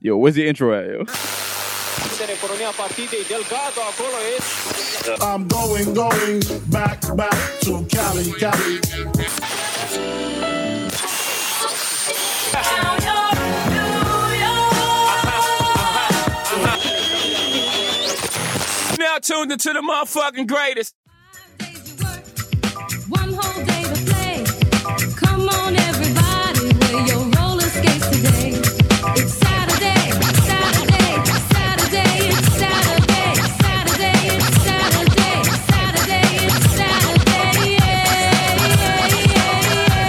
Yo, where's the intro at, yo? Este economia partidei Delgado, acolo e I'm going, going back, back to Cali, Cali. now tuned into the motherfucking greatest. One whole day to play. Come on, everybody, wear your roller skates today. It's Saturday, Saturday, Saturday, it's Saturday, Saturday, it's Saturday, Saturday, it's Saturday, yeah,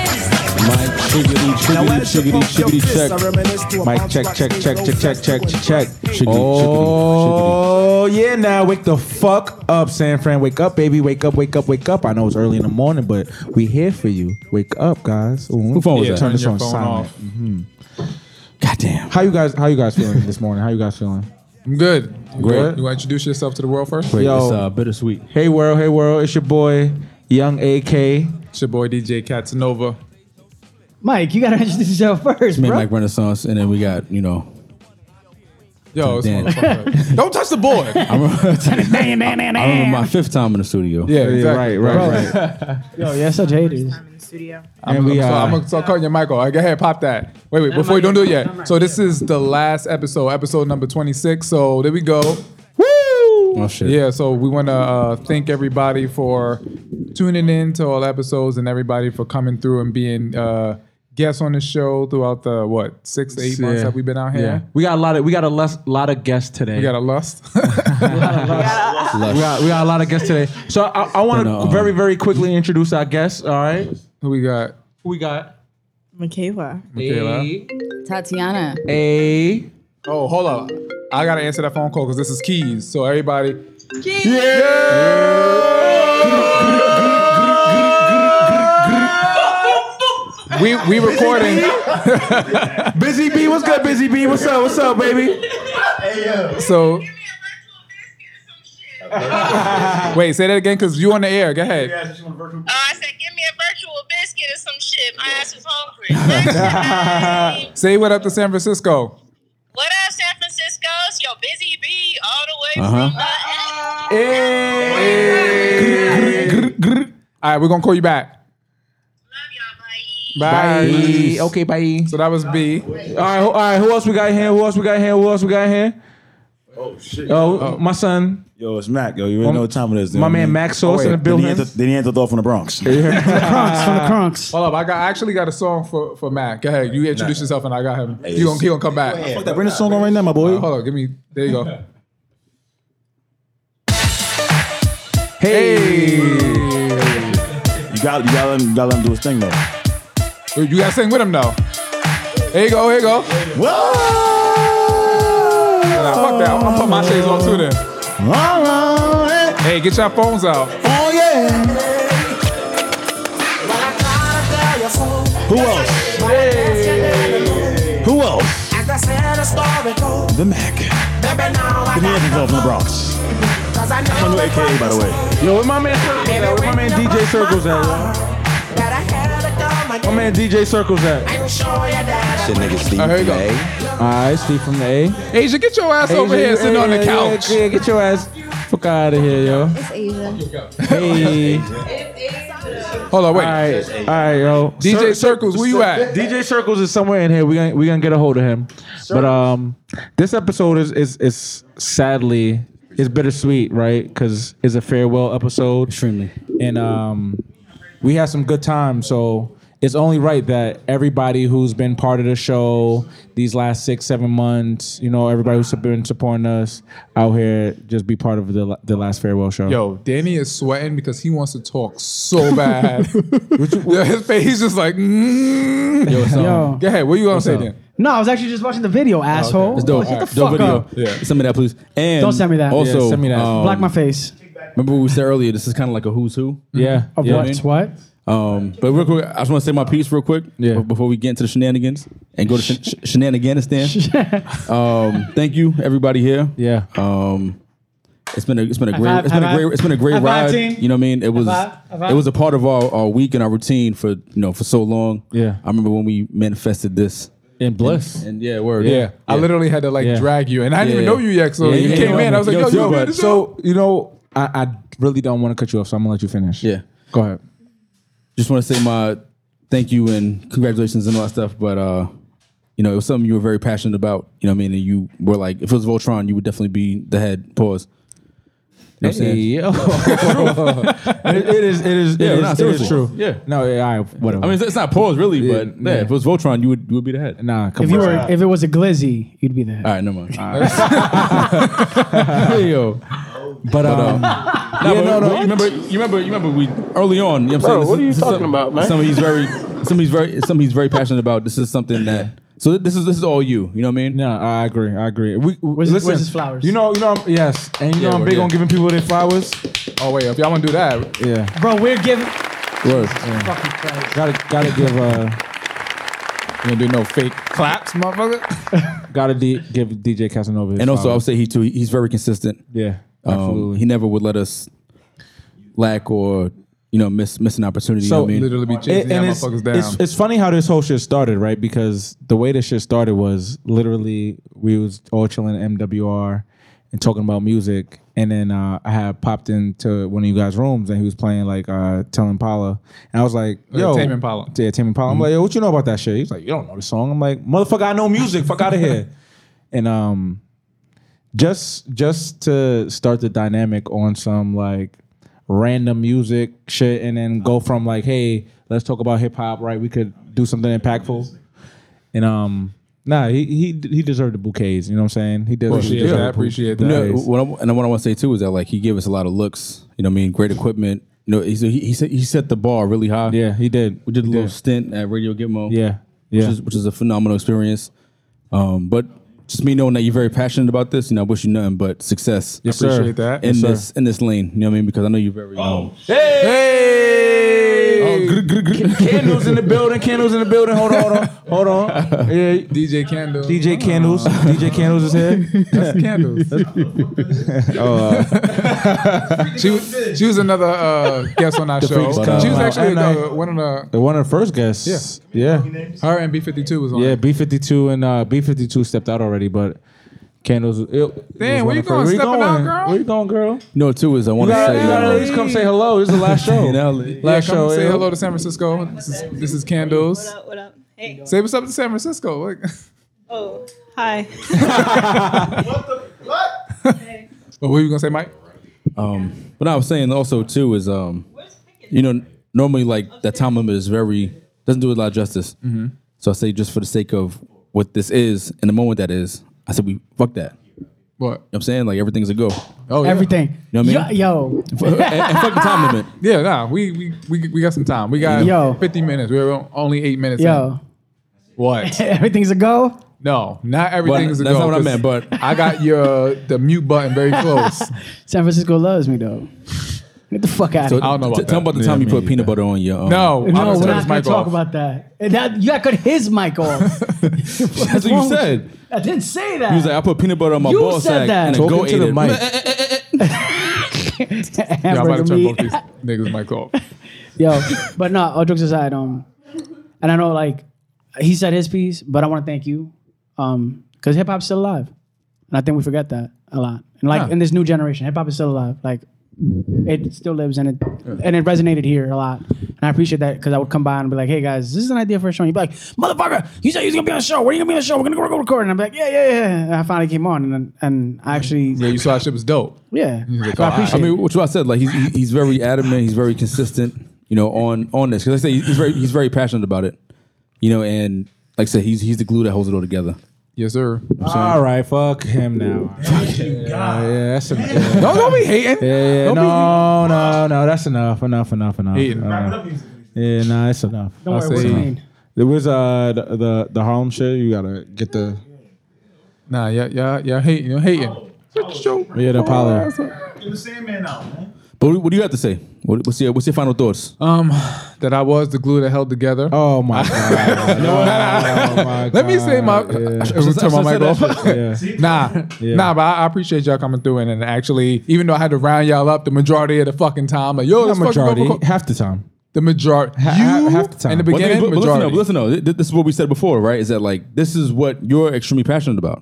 yeah, yeah. Mike, chiggity, chiggity, chiggity, chiggity, check. Mike, check, check, check, check, check, check, check. Chiggity, chiggity, Oh yeah, now wake the fuck up, San Fran. Wake up, baby. Wake up, wake up, wake up. I know it's early in the morning, but we here for you. Wake up, guys. Ooh, phone was that? Turn this Turn your on phone silent. off. Mhm. Goddamn. How you guys? How you guys feeling this morning? How you guys feeling? I'm good. You Good? wanna- You want to introduce yourself to the world first? Yo. It's uh, bittersweet. Hey world, hey world. It's your boy, Young AK. It's your boy DJ Catanova. Mike, you gotta introduce yourself first, Me and bro. Mike Renaissance, and then we got you know. Yo, it's Dan. motherfucker. don't touch the board. I remember, I remember my fifth time in the studio. Yeah, exactly. Right, right, right. Yo, you're such haters. I'm in the studio. and we so uh, I'm gonna start calling you Michael. All right, go ahead, pop that. Wait, wait, before you don't do it yet. So this is the last episode, episode number 26. So there we go. Oh shit. Yeah, so we want to uh, thank everybody for tuning in to all episodes and everybody for coming through and being uh, guests on the show throughout the what six to eight months Yeah. that we've been out yeah. here. we got a lot of we got a less, lot of guests today. We got a lust. Lush. we got, we got a lot of guests today. So I, I want to Then, uh, very, very quickly introduce our guests. All right, Who we got? who we got? Michaela. Michaela. Tatiana. A. Oh, hold up. I gotta answer that phone call because this is keys. So everybody, we we recording. Busy B, what's good, Busy B? What's up? What's up, baby? So wait, say that again because you on the air. Go ahead. Oh, I said, give me a virtual biscuit or some shit. My ass is hungry. Say what up to San Francisco. what up, San Francisco? It's your busy bee all the way Uh-huh. from LA. All right, we're gonna call you back. Love y'all, bye. Bye. Okay, bye. So that was B. All right, who- all right. Who else we got here? Who else we got here? Who else we got here? Oh shit. Oh, my son, Yo, it's Mac. Yo, you already know what time it is. my man Max Sauce in the building. Then he entered off from the Bronx. It's from the Cronx. Hold up, I got I actually got a song for, for Mac. Go ahead, you introduce yourself and I got him. You gonna, he gonna come back. Fuck that. Bring the song on right now, my boy. Hold on, give me. There you go. You got, you got, let him, you got let him do his thing though. You gotta sing with him now. There you go. Here you go. Whoa! Nah, fuck that. I'm gonna put my shades on too then. All right. Hey, get your phones out. Oh yeah. Who else? Who else? The Mac. Then he entered off from the Bronx. My new AKA, by the way. Yo, where my man? Circles at? Where my man DJ Circles at? yo? Oh, My man DJ Circles at? Oh, here you go. All right, Steve from the A. Over Asia, get your ass over here sitting on the couch. Yeah, get your ass fuck out of here, yo. It's Asia. Hey. Hold on, all wait. right, all right, yo. DJ Cir- Circles, where you at? DJ Circles is somewhere in here. We're gonna, we gonna get a hold of him. But um, this episode is is is sadly it's bittersweet, right? Because it's a farewell episode. Extremely. And um, we had some good times. So it's only right that everybody who's been part of the show these last six, seven months, you know, everybody who's been supporting us out here, just be part of the the last farewell show. Yo, Danny is sweating because he wants to talk so bad. Yo, his face he's just like, mm. Yo. go ahead. What you gonna say up? then? No, I was actually just watching the Oh, video, asshole. It's dope. Shut the dope fuck video. up. Yeah. Send me that, please. And Don't send me that. Also, Yeah, send me that. um, Black my face. Remember what we said earlier? This is kind of like a who's who. yeah, Of yeah, what? I mean- What? Um, but real quick, I just want to say my piece real quick Yeah. be- before we get into the shenanigans and go to sh- sh- shenaniganistan. um, thank you, everybody here. yeah. Um, it's been a it's been a High great five, it's been high a great five. it's been a great High ride. five, team. You know what I mean? It was five, high five. it was a part of our, our week and our routine for you know for so long. Yeah. I remember when we manifested this And Bliss. And, yeah, word. Yeah. I literally had to like drag you, and I didn't even know you yet. So Yeah, you yeah, came yeah. in, I was like, "Yo, too, yo, but- man, so so you know, I, I really don't want to cut you off, so I'm gonna let you finish. Yeah, go ahead. just want to say my thank you and congratulations and all that stuff. But uh, you know, it was something you were very passionate about. You know, what I mean, and you were like, if it was Voltron, you would definitely be the head. Pause. You know what I'm saying? it, it is. It is. Yeah, it is, nah, it is seriously. true. Yeah. No. Yeah. all right, whatever. I mean, it's, it's not pause really, but yeah, yeah. if it was Voltron, you would you would be the head. Nah, If you were, if it was a glizzy, you'd be there. All right, never mind. Yo. But, um, Nah, yeah, but, no, no. but you remember, you remember, you remember. We early on. You know what Bro, I'm saying? This what are you this talking some- about, man? Something he's very, something he's very, something he's very passionate about. This is something that. So this is this is all you. You know what I mean? No, I agree. I agree. We, we Where's his- listen. where's his flowers? You know. You know. I'm- Yes. And you Yeah, know, I'm word, big yeah. on giving people their flowers. oh wait, if y'all want to do that, Yeah. Bro, we're giving. Word. Gotta gotta give uh you gonna do no fake claps, motherfucker? gotta d- give DJ Casanova. His And also, I would flowers. say he too. He's very consistent. yeah, Um, absolutely. He never would let us lack or you know miss miss an opportunity. you So, know what I mean? Literally be chasing It- y'all and it's, motherfuckers down. It's, it's funny how this whole shit started, right? Because the way this shit started was literally we was all chilling at MWR and talking about music, and then uh, I had popped into one of you guys' rooms and he was playing like uh, Telling Paula, and I was like, Uh, "Yo, Tame Impala. Mm-hmm. yeah, Tame Impala." I'm like, "Yo, what you know about that shit?" He's like, "You don't know the song." I'm like, "Motherfucker, I know music. Fuck out of here." And um, just just to start the dynamic on some like random music shit and then go from like hey let's talk about hip hop right we could do something impactful and um nah he he he deserved the bouquets you know what i'm saying he deserved Appreciate deserved that, the appreciate You that. know, bouquets. what I, and what I want to say too is that like he gave us a lot of looks. You know, what I mean, great equipment. You know, he he he set, he set the bar really high. yeah he did we did a He little stint at Radio Gitmo. yeah which yeah is which is a phenomenal experience. Um, but just me knowing that you're very passionate about this, you know, I wish you nothing but success Yes, Appreciate sir. that. in yes, sir. this in this lane. You know what I mean? Because I know you're very. Um, Oh, gr- gr- gr- candles in the building candles in the building hold on hold on hold on yeah DJ Candle, dj candles dj candles is here That's Candles. Oh, she was she was another uh, guest on our show. uh, Freaks Club. she was Wow. actually And I- uh, one of the one of the first guests yeah yeah her and B fifty two was on. Yeah, B fifty two and uh, B fifty two stepped out already, but Candles. It, it was Damn, where you one of the first- going? Stepping out, girl? Where you going, girl? you know, too is I want You to gotta, say. you gotta uh, at least come say hello. This is the last show. you know, yeah, last come show. say yeah. hello to San Francisco. This is this is Candles. What up? What up? Hey. Say what's up to San Francisco. Like, Oh, hi. what were you gonna say, Mike? Um, but I was saying also too is um, you know, normally like that time limit is very doesn't do a lot of justice. Mm-hmm. So I say just for the sake of what this is and the moment that is, I said we fuck that. You know What? what I'm saying like everything's a go. Oh, yeah. Everything. You know what I mean? Yo, yo. and, and fuck the time limit. Yeah, nah, we we we, we got some time. We got Yo. 50 minutes. We We're only eight minutes. yo. in. what? Everything's a go. No, not everything's a that's go, not what I 'cause meant, but- I got your the mute button very close. San Francisco loves me though. Get the fuck out of I here. don't know about T- Tell me that. about the time you put peanut butter on your. Um, no, No, I'm gonna we're turn not this gonna mic talk off. about that. And that. You got to his mic off. that's what you said. I didn't say that. He was like, I put peanut butter on my You ball sack said that. and then Talking go to ate the it. uh, mic. Yeah, I'm Hamburger about to turn meat. both these niggas mic off. Yo, but no, all jokes aside, um, and I know like he said his piece, but I want to thank you, um, because hip hop's still alive, and I think we forget that a lot. And like in this new generation, hip hop is still alive. Like it still lives, and it and it resonated here a lot. And I appreciate that because I would come by and be like, "Hey guys, this is an idea for a show." And you'd be like, "Motherfucker, you said you was gonna be on a show. Where you gonna be on a show? We're gonna go, go record." And I'm like, "Yeah, yeah, yeah." And I finally came on, and then- and I actually, Yeah, you saw that shit was dope. yeah, like, So I "Oh, I- appreciate. I it. mean, which what I said, like he's he- he's very adamant, he's very consistent, you know, on on this because I say he's very he's very passionate about it, you know, and like I said, he's he's the glue that holds it all together. Yes, sir. All right, fuck him now. yeah, yeah, that's enough. Yeah, Don't, don't be hating. yeah, Don't be- no, no, no, that's enough, enough, enough, enough. Hating. Uh, yeah, nah, that's enough. Don't worry, I what's say- the name? There was uh the, the the Harlem shit. You gotta get the Nah, yeah, yeah, yeah, hating. You're Oh, hating. yeah the Oh, Apollo. Get the Sandman out, man. But what, do you have to say? What, what's your what's your final thoughts? Um, that I was the glue that held together. Oh my god. Oh my Let me say my. God. Ah, Yeah. I should turn my mic off. Yeah. Nah, nah, but I, I appreciate y'all coming through and, and actually, even though I had to round y'all up the majority of the fucking time, like yo, Not let's fucking go majority, record- half the time. The majority, you half the time. in the Well, I think- beginning, but, but listen, though, majority. but listen though, Th- this is what we said before, right? Is that like this is what you're extremely passionate about?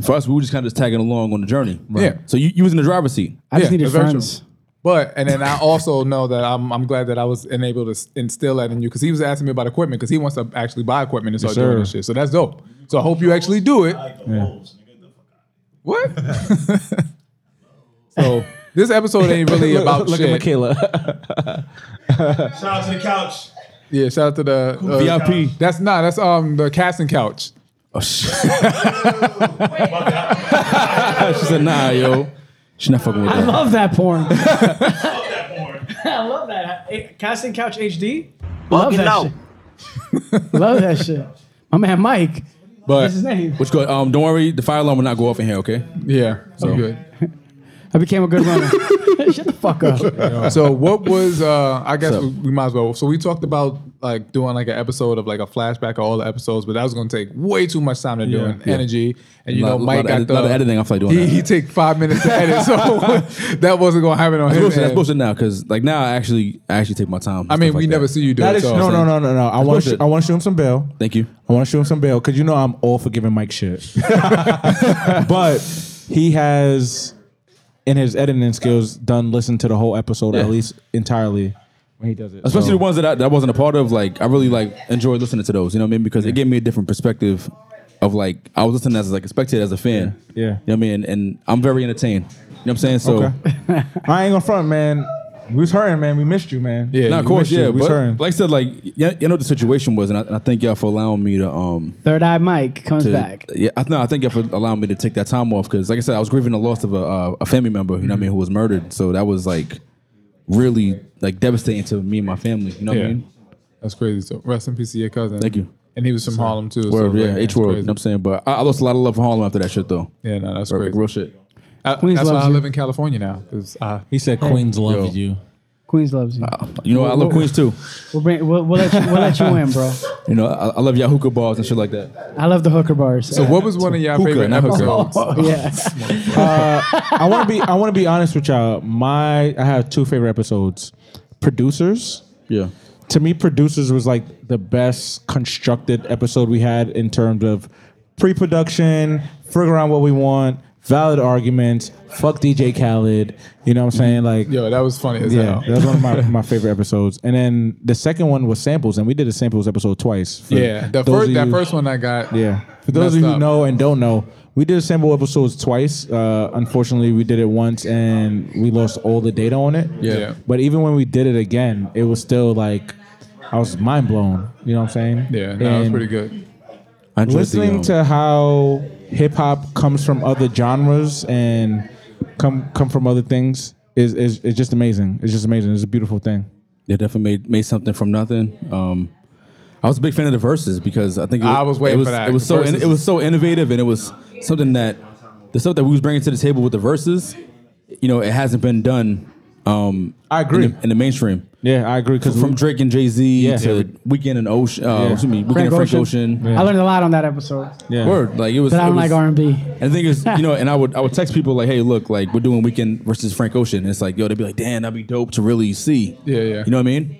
For us, we were just kind of just tagging along on the journey. Right. Yeah. So you, you was in the driver's seat. that's very true. But and then I also know that I'm I'm glad that I was enabled to s- instill that in you because he was asking me about equipment because he wants to actually buy equipment and Yes, start doing sir. this shit. So that's dope. So I hope you actually do it. What? so this episode ain't really Look- about look at shit. Michaela. Shout out to the couch. yeah, shout out to the uh, VIP. That's not. That's um the casting couch. Oh shit. she said, "Nah, yo, she not fucking with I that." love that porn. I love that. It- Casting Couch HD. Love Fucking that no. shit. love that shit. My man Mike. But What's his name? Which go? Um, don't worry, the fire alarm will not go off in here. Okay. Yeah, Oh. I'm good. I became a good runner. Shut the fuck up. so what was uh I guess So- we, we might as well. So we talked about like doing like an episode of like a flashback of all the episodes, but that was gonna take way too much time to do Yeah. and Yeah. energy. And you Lot- know, lot Mike of got edit- the lot of editing I feel like doing He, that. he take five minutes to edit, so that wasn't gonna happen on That's his bullshit, that's end. bullshit now because like now I actually I actually take my time. I mean, we never see you do That it, is- so- no, no, no, no, no. I want to. to. I want to shoot him some bail. Thank you. I want to shoot him some bail because you know I'm all for giving Mike shit, but he has in his editing skills done listen to the whole episode Yeah. at least entirely when he does it. Especially So- the ones that I, that I wasn't a part of. Like I really like enjoyed listening to those. You know what I mean? Because it gave me a different perspective of like I was listening as like a spectator as a fan. Yeah. You know what I mean? And, and I'm very entertained. You know what I'm saying? So Okay. I ain't gonna front, man. We was hurting, man. We missed you, man. Nah, of We course, missed you. yeah. We was But hurting. like I said, like yeah, you know what the situation was, and I, and I thank y'all for allowing me to um Third Eye Mike comes to- back. Yeah, I, no, I think for allowing me to take that time off because, like I said, I was grieving the loss of a, uh, a family member. You know, what I mean, who was murdered. So that was like really like devastating to me and my family. You know what Yeah. I mean? That's crazy. So rest in peace to your cousin. Thank you. And he was from Harlem too. Word, so yeah, like, H that's word. You know crazy. what I'm saying? But I, I lost a lot of love for Harlem after that shit, though. Yeah, no, that's Real- crazy. Real shit. I- Queens that's why loves I you. live in California now. 'cause I- He said Queens loves you. Queens loves you. Uh, You know, I love Queens too. We'll, bring, we'll, we'll, let you, we'll let you in, bro. You know, I, I love y'all hookah bars and shit like that. I love the hooker bars. So what was one of y'all Hookah, favorite not hooker. episodes? Oh, yeah. uh, I want to be. I want to be honest with y'all. My I have two favorite episodes. Producers. Yeah. To me, producers was like the best constructed episode we had in terms of pre-production, figure out what we want, valid arguments. Fuck DJ Khaled. You know what I'm saying? Like, Yo, that was funny as yeah, hell. that was one of my, my favorite episodes. And then the second one was samples, and we did a samples episode twice. For yeah, the those first of that you- first one I got. yeah. For those of messed you up. who know and don't know, we did sample episodes twice. Uh, unfortunately, we did it once and we lost all the data on it. Yeah. Yeah. But even when we did it again, it was still like I was mind blown. You know what I'm saying? Yeah, no, it was And pretty good. I enjoyed the, Listening um, to how hip hop comes from other genres and come come from other things is is it's just amazing. It's just amazing. It's a beautiful thing. They definitely made made something from nothing. Um, I was a big fan of the verses because I think it I was it waiting was, for that. It was The so verses. it was so innovative and it was something that the stuff that we was bringing to the table with the verses, you know, it hasn't been done. Um, I agree in the, in the mainstream. Yeah, I agree. Because from Drake and Jay Z Yeah. to Weekend and Ocean, uh, Yeah. excuse me, Weekend Frank and Frank Ocean. Ocean. I learned a lot on that episode. Yeah. Word, like it was. But I it don't was- like R&B. And the thing is, you know, and I would I would text people like, hey, look, like we're doing Weekend versus Frank Ocean. And it's like, yo, they'd be like, damn, that'd be dope to really see. Yeah, yeah. You know what I mean?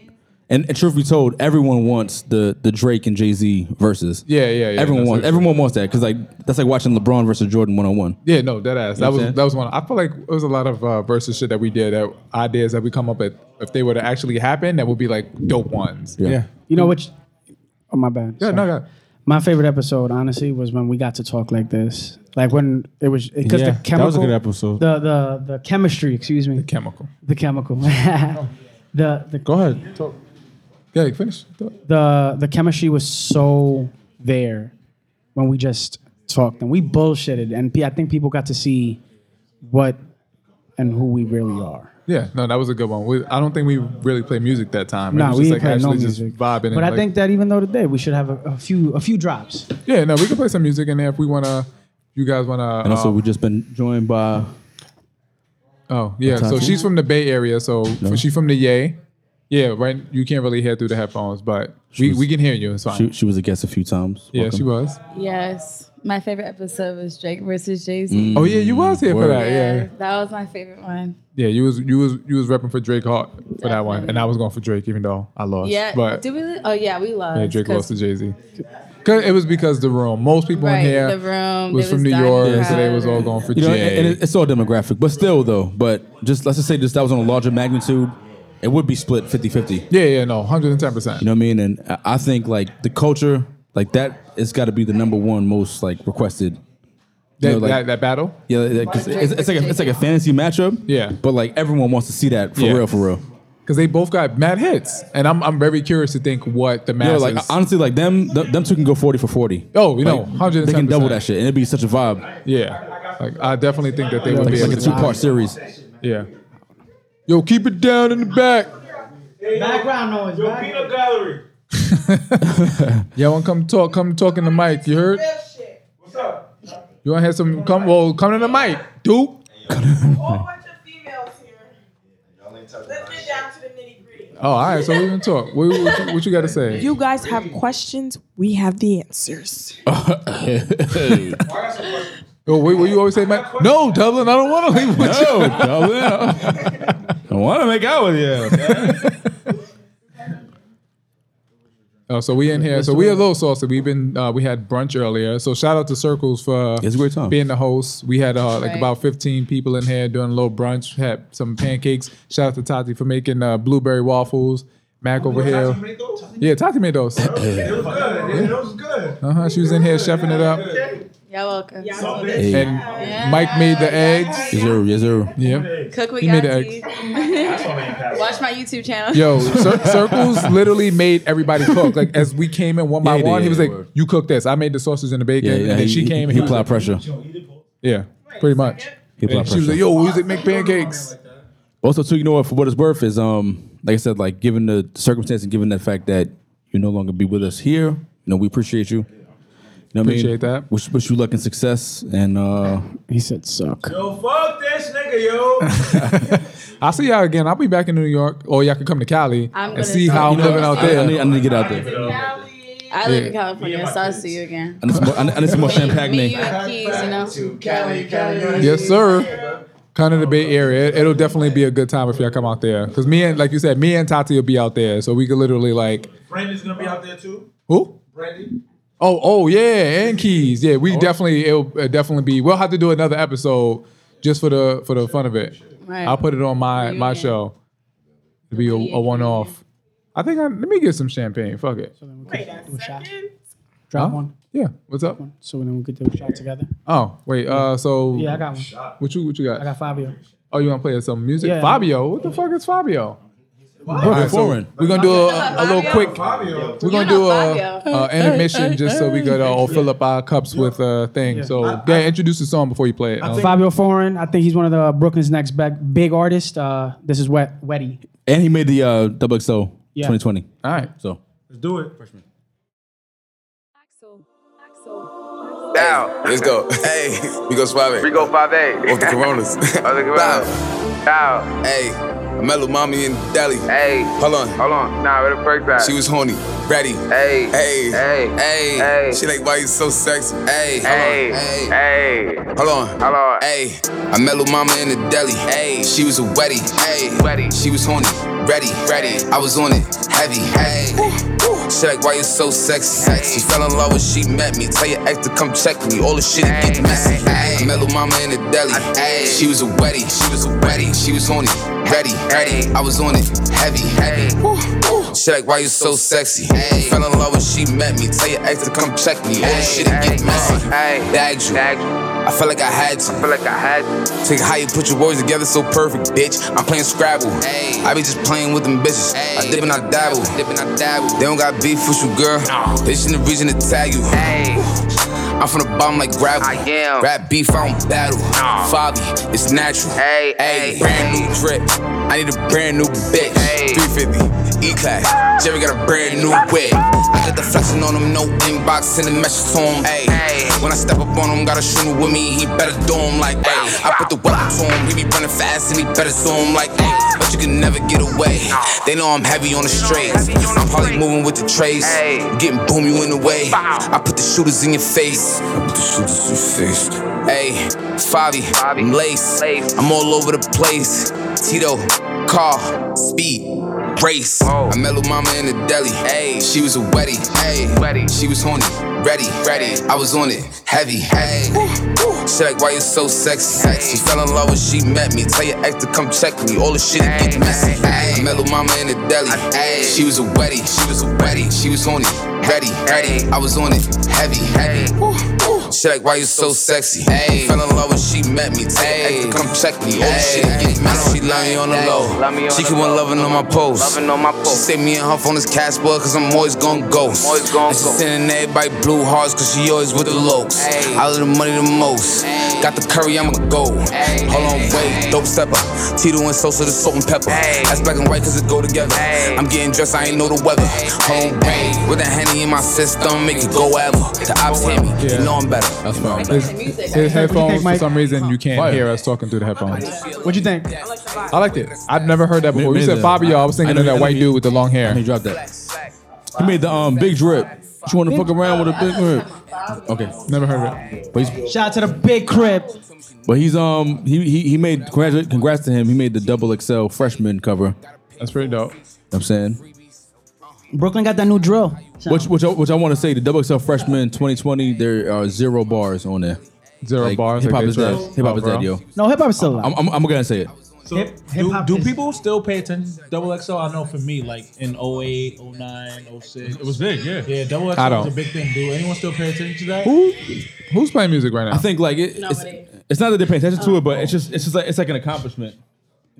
And, and truth be told, everyone wants the the Drake and Jay Z versus. Yeah, yeah, yeah, Everyone that's wants it. everyone wants that because like that's like watching LeBron versus Jordan one on one. Yeah, no, dead ass. You know what That I'm was saying? that was one. I feel like it was a lot of uh, versus shit that we did. That ideas that we come up with, if they were to actually happen, that would be like dope ones. Yeah. You know which? Oh my bad. Yeah, no, no. My favorite episode, honestly, was when we got to talk like this. Like when it was because Yeah, the chemical. that was a good episode. The the the chemistry. Excuse me. The chemical. The chemical. Oh, the the. Go ahead. Yeah, you finish. The the chemistry was so there when we just talked and we bullshitted and pe- I think people got to see what and who we really are. Yeah, no, that was a good one. We, I don't think we really played music that time. Nah, it was we just didn't like play no actually just music. vibing. and, But I like- think that even though today we should have a, a few a few drops. yeah, no, we can play some music in there if we wanna. You guys wanna? And also, um, we just been joined by. Oh yeah, so Tati. she's from the Bay Area. So No. she's from the Yay. Yeah, right. You can't really hear through the headphones, but we, we can hear you. It's fine. She, she was a guest a few times. Yeah, Welcome. she was. Yes. My favorite episode was Drake versus Jay Z. Mm. Oh yeah, you was here for Word. that. Yeah, That was my favorite one. yeah. You was you was you was repping for Drake Hart for that one, and I was going for Drake, even though I lost. yeah. but Did we? Li- oh yeah, we lost. yeah, Drake 'cause- lost to Jay Z. Cause it was because the room. Most people Right, in here the room, was it from was New Diamond York, so Crowd. they was all going for You know, Jay. and it- it's all demographic, but still though, but just let's just say this that was on a larger magnitude, it would be split 50-50. Yeah, yeah, no, hundred and ten percent. You know what I mean? And I- I think like the culture, like that, it's got to be the number one most like requested. That- that- that battle. Yeah, like, 'cause it's, it's like a, it's like a fantasy matchup. Yeah, but like everyone wants to see that for Yeah. real, for real. Because they both got mad hits, and I'm I'm very curious to think what the You know, masses. like honestly, like them, th- them two can go forty for forty. Oh, Like, you know, 110%. They can double that shit, and it'd be such a vibe. yeah, like I definitely think that they would Like- be like able a to- two-part series. Yeah. Yo, keep it down in the back. Background noise. Yo, peanut gallery. Y'all want come talk? Come talk in the mic. You heard? What's up? You want to have some? Come, well, come to the mic, dude. Oh, all right. So we can talk. What, what, you, what you got to say? You guys have questions. We have the answers. Oh, wait, what you always say, man? No, Dublin, I don't want to leave with you. No, Dublin, I want to make out with you. Oh, so we in here. Let's So do we it. a little saucy. We've been uh, we had brunch earlier. So shout out to Circles for It's a great time. being the host. We had uh, like Right. about fifteen people in here doing a little brunch. Had some pancakes. Shout out to Tati for making uh, blueberry waffles. Mac over here. Yeah, Tati made those. good. Uh huh. She was in here chefing it up, Y'all welcome. and Mike made the eggs. Yes, sir. Yes, sir. Yeah. Cook with He made the eggs. Yahtzee. Watch my YouTube channel. Yo, Cir- Circles literally made everybody cook. Like as we came in one by Yeah, one, yeah, he was yeah, like, "You cook this. I made the sausage and the bacon." Yeah, yeah, and then he- she came. and he was applied like- pressure. Yeah, pretty much. He applied And she was pressure. like, "Yo, we was like make pancakes." Also, too, you know what? For what it's worth is, um, like I said, like given the circumstance and given the fact that you no longer be with us here, you know, we appreciate you. You know what Appreciate I mean? that. Wish, wish you luck and success. And uh he said, "Suck." Yo, fuck this nigga, yo. I'll see y'all again. I'll be back in New York, or y'all can come to Cali I'm gonna and see how I'm You know, living out I- I there. need- I need to get out there. I live in Yeah. California, so I'll see you again. I need some more, I need- I need some more champagne. Me, you, and Keys, you know. Cali, Cali. Yes, sir. Kind of the Bay Area. It, will definitely be a good time if y'all come out there. Cause me and, like you said, me and Tati will be out there, so we could literally like, Brandon's gonna be out there too. who? Brandon. Oh, oh yeah, and keys. Yeah, Oh. we definitely it'll uh, definitely be. We'll have to do another episode just for the for the fun of it. Right. I'll put it on my my show. It'll be a, a one off. I think I let me get some champagne. Fuck it. Drop Huh? one. Yeah. What's up? So then we'll get the shot together. Oh wait. Uh. So Yeah, I got one. What you what you got? I got Fabio. Oh, you want to play some music? Yeah. Fabio, what the fuck is Fabio? What? All right, so Foreign. we're gonna do You a, know a little Fabio? quick. Fabio. We're You gonna know do a, Fabio. a Hey, intermission hey, just so we hey. could uh, all fill up our cups with uh, thing. So yeah, introduce the song before you play it. Um, Fabio Foreign. I think he's one of the Brooklyn's next back big artist. Uh, this is Wet Wetty. And he made the uh double XO Yeah. 2020. All right. So Let's do it. Down. Let's go. Hey, we go five eight. We go five eight. Off the Coronas. Off the Coronas. Down. Hey, I met Lil Mommy in Delhi. Hey, hold on. Hold on. Nah, where the perks at? She was horny, ready. Hey, hey, hey, hey. She like, why you so sexy? Hey, hey, hey. Hold on. Hold on. Hey, I met Lil Mama in the Delhi. Hey, she was a wetty. Hey, wetty. She was horny, ready, ready. I was on it, heavy. Hey. She like, why you so sexy? She fell in love when she met me. Tell your ex to come check me. All the shit it get messy. I met Lil Mama in the deli. She was a wetty. She was a wetty. She was on it. Ready, ready. I was on it. Heavy, heavy. She like, why you so sexy? Fell in love when she met me. Tell your ex to come check me. All the shit it get messy. Bagged Uh, you. I felt like I had to. I feel like I had to. Take how you put your words together so perfect, bitch. I'm playing Scrabble. I be just playing with them bitches. I dip and I dabble. Dip and I dabble. They don't got beef with you, girl. This ain't the reason to tag you. I'm from the bottom like gravel. I am. Rap beef, I don't battle. Fabi, it's natural. Hey, hey, brand new drip. I need a brand new bitch. 350, E class. Jerry got a brand new whip. I got the flexing on him, no inbox, sending messages to him. Hey, when I step up on him, got a shooter with me, he better do him like, hey. I put the weapon to him, he be running fast and he better to him like, hey. But you can never get away. They know I'm heavy on the straights. I'm probably moving with the trays. Getting boom you in the way. I put the shooters in your face. I put the shooters in your face. Hey, Fabi, I'm lace. I'm all over the place. Tito, car, speed. Race. I met Lil Mama in the deli. Hey, she was a weddie. Hey, she was horny. Ready, ready. I was on it, heavy. Hey, she like, why you so sexy? She fell in love when she met me. Tell your ex to come check me. All the shit it get messy. Hey, I met Lil Mama in the deli. Hey, she was a weddie. She was a weddie. She was horny. Ready, ready. I was on it, heavy, heavy. She like, why you so sexy? Hey, fell in love when she met me. Tell your ex to come check me. All the shit it get messy. She love me on the low. She keep on loving on my post. She say me and her phone is cash boy, cause I'm always gon' ghost. Always and she sending everybody blue hearts, cause she always with the lokes. I love the money the most. Got the curry, I'ma go. Hold on, wait, dope stepper. Tito and Sosa, the salt and pepper. That's black and white, cause it go together. I'm getting dressed, I ain't know the weather. Home pain, with the henny in my system, make it go ever. The ops hit me, you know I'm better. That's fine. His, his headphones, for some reason, you can't hear us talking through the headphones. What you think? I liked it. I've never heard that before. You said Fabio. I was thinking of that white dude with the long hair. He dropped that. He made the um big drip. She want to fuck around with a big drip. Okay, never heard it. But he's, Shout out to the big crib. but he's um he he, he made congrats, congrats to him. He made the double XL freshman cover. That's pretty dope. I'm saying. Brooklyn got that new drill. Which which I, which I want to say the double XL freshman 2020 there are zero bars on there. Zero bars, Hip hop like is they dead. said. Hip hop Oh, is bro. dead, yo. No, hip hop is still alive. I'm, I'm, I'm gonna say it. So do, do people still pay attention? Double XL, I know for me, like in 08, 09, 06. It was big, yeah. Yeah, double XL I was don't. a big thing. Do anyone still pay attention to that? Who who's playing music right now? I think like it, it's, it's not that they pay attention to it, but it's just it's just like it's like an accomplishment. You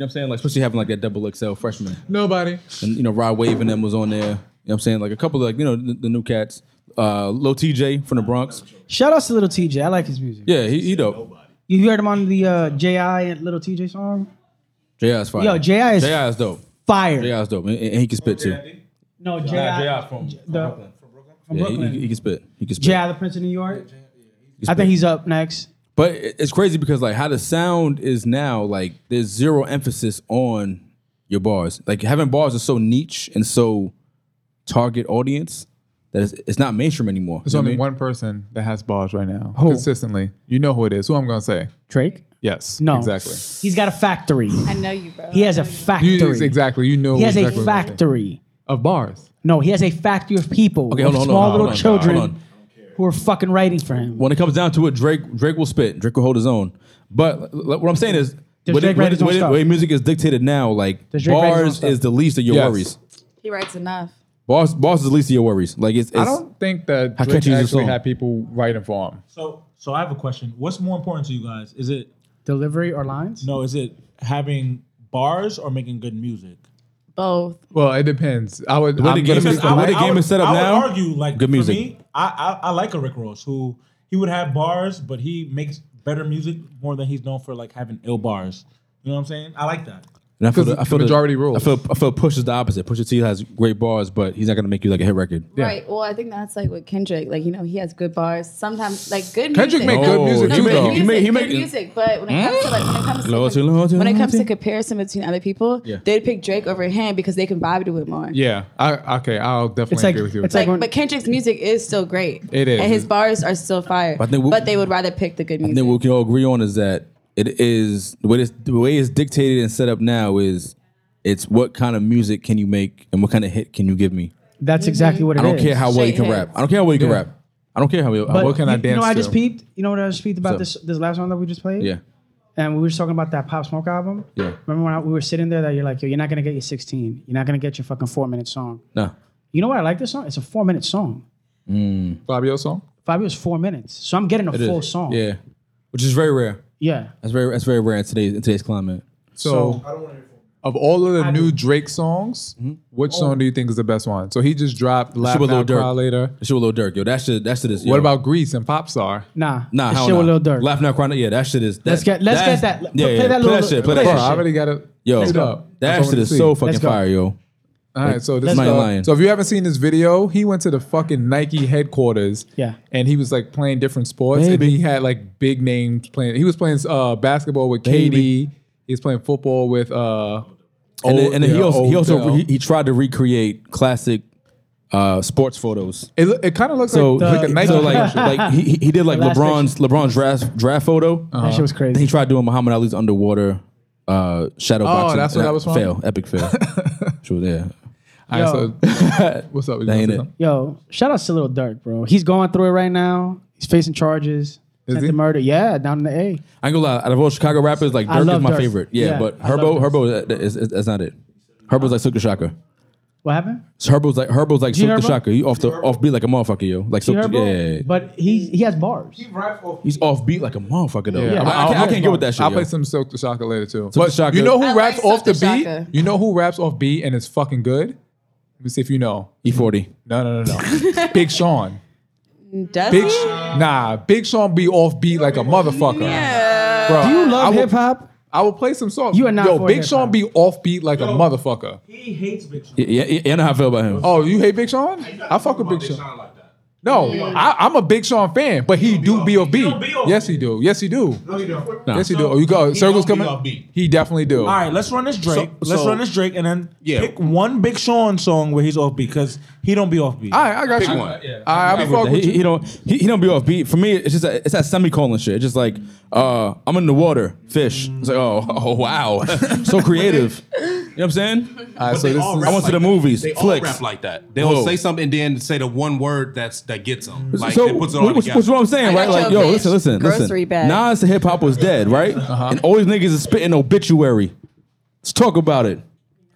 know what I'm saying? Like especially having like that double XL freshman. Nobody. And you know, Rod Wave and them was on there. You know what I'm saying? Like a couple of like, you know, the, the new cats. Uh Low TJ from the Bronx. Shout outs to Little TJ. I like his music. Yeah, he, he dope. You heard him on the uh, Ji and Little TJ song. J.I. is fire. Yo, J.I. is J.I. is dope. Fire. J.I. is dope. And, and he can spit too. No, Ji. J.I. from, the, from Yeah, Brooklyn. he, he can spit. He can spit. J.I. the Prince of New York. I think he's up next. But it- it's crazy because like how the sound is now, like there's zero emphasis on your bars. Like having bars is so niche and so target audience that it's, it's not mainstream anymore. There's You know only what one person that has balls right now Who? consistently. You know who it is. Who I'm gonna say? Drake. Yes. No. Exactly. He's got a factory. I know you, bro. He has a You- factory. exactly. You know. He has exactly a what I'm saying. factory. of bars. No, he has a factory of people. Okay, of hold on, hold on, small hold on, little hold on, children hold on. who are fucking writing for I mean? him. When it comes down to it, Drake Drake will spit. Drake will hold his own. But like, what I'm saying is, Does where, Drake the- where write his the- own where the- stuff? where music is dictated now, like Does Drake write his own bars stuff? is the least of your Yes. worries. He writes enough. Bars bars is the least of your worries. Like it's, it's I don't think that How Drake catchy is the actually song? had people writing for him. So, so I have a question. What's more important to you guys? Is it delivery or lines? No, is it having bars or making good music? Both. Well, it depends. I would. The way I'm the gonna game is- speak the from way my- the game is set up I now, would argue like good for music. me, I, I I like a Rick Ross who he would have bars, but he makes better music more than he's known for like having ill bars. You know what I'm saying? I like that. And I feel, 'Cause the, I feel the majority the, rules. I feel I feel Push is the opposite. Pusha T has great bars, but he's not gonna make you like a hit record. Right. Well, I think that's like with Kendrick. Like you know, he has good bars. Sometimes like good Kendrick music. make good Oh, music he too, make- though. he Good make- he music, make- good music. But when it comes to like when it comes to Loyalty, loyalty, when it comes to loyalty. comparison between other people, Yeah. they'd pick Drake over him because they can vibe to it more. Yeah. I okay. I'll definitely It's like- agree with you. It's like, but Kendrick's music is still great. It is. and his bars are still fire. I think we- but they would rather pick the good I music. think what we can all agree on is that it is the way it's, the way it's dictated and set up now is it's what kind of music can you make and what kind of hit can you give me. That's exactly what it I is. don't care how well you can rap. I don't care how well you can Yeah. rap. I don't care how well. But what can you, I dance? You know, what I just to? peeped. You know what I just peeped about up? this this last song that we just played. Yeah, And we were just talking about that Pop Smoke album. yeah. Remember when I, we were sitting there that you're like, yo, you're not gonna get your 16. You're not gonna get your fucking four minute song. No. You know why I like this song? It's a four minute song. Fabio song. Fabio's four minutes, so I'm getting a It is. full song. Yeah, which is very rare. Yeah. That's very that's very rare in today's in today's climate. So- of all of the new Drake songs, which Oh. song do you think is the best one? So he just dropped Mm-hmm. That Laugh shit with Lil Now Cry Durk. Later. That shit with Lil Durk. Yo, that shit. That shit is. What about Greece and Popstar? Nah. Nah, That how shit with not? Lil Durk. Laugh now, cry now. Yeah, that shit is. That, Let's get- let's that's- get that- Yeah, play yeah, that play Lil that shit. Play Durk. that Bro, shit. I already got it. Yo, Picked up. That's that what I shit wanted is to so see. fucking Let's go. fire, yo. All right, so this Let's is go. lying. So if you haven't seen this video, he went to the fucking Nike headquarters. Yeah. And he was like playing different sports, Baby. and he had like big names playing. He was playing uh, basketball with Baby. KD. He was playing football with. Uh, And then, and then he yeah, also he also Odell. he, he tried to recreate classic uh, sports photos. It, loo- it kind of looks So, like, like a Nike so like, commercial. like he, he- he did like The last LeBron's LeBron's draft draft photo. Uh-huh. shit was crazy. Then he tried doing Muhammad Ali's underwater uh, shadow Oh, boxing. that's what that was from? Fail, epic fail. True, yeah. All right, so what's up? You That gonna ain't say it. something? Yo, shout out to Lil Durk, bro. He's going through it right now. He's facing charges. Is Attempted he? murder. Yeah, down in the A. I ain't gonna lie. Out of all Chicago rappers, like I Dirk love is my Dirk. favorite. Yeah, Yeah, but I love Herbo, Herbo uh, is, is, that's not it. Herbo's like Silka Shaka. What happened? So Herbo's like Herbo's like G Silka Herbo? Shaka. He off the off beat like a motherfucker, yo. Like G Silk, Herbo? yeah, yeah, yeah. But he he has bars. He raps off. He's off beat like a motherfucker though. I, I, Yeah, I'll- can't- I I'll- can't get with that shit. I'll yo. play some Silk the Shaka later too. Silk the but Shaka. you know who I raps like off the Silk the beat? Shaka. You know who raps off beat and is fucking good? Let me see if you know. E40. No, no, no, no. Big Sean. Does Big he? Sh- Nah, Big Sean be off beat like a motherfucker. Yeah. Bro, Do you I love will- hip hop? I will play some songs. You are not Yo, for Big hip-hop. Sean be off beat like a motherfucker. He hates Big Sean. Yeah, yeah, yeah, I know how I feel about him. Oh, you hate Big Sean? I fuck with Big Sean. No, I, I'm a Big Sean fan, but he do be off beat. Yes, he do. Yes, he do. No, you don't. Yes, he do. Oh, you go. He Circles don't be coming. off beat. He definitely do. All right, let's run this Drake. So- let's so- run this Drake, and then pick one Big Sean song where he's offbeat because he don't be offbeat. All right, I got Pick you. one. All right, I'll be fuck with he, you. he don't he, he don't be off beat. For me, it's just that it's that semicolon shit. It's just like uh, I'm in the water, fish. It's like oh, oh wow, so creative. You know what I'm saying? But they all I rap went like to the that. movies. They all flicks. rap like that. They'll Whoa. say something and then say the one word that's that gets them. Like so that puts it all what, what's, together. what's what I'm saying, right? Like, yo, listen, listen, grocery listen. bag. Nas to hip hop was dead, right? And all these niggas is spitting obituary. Let's talk about it.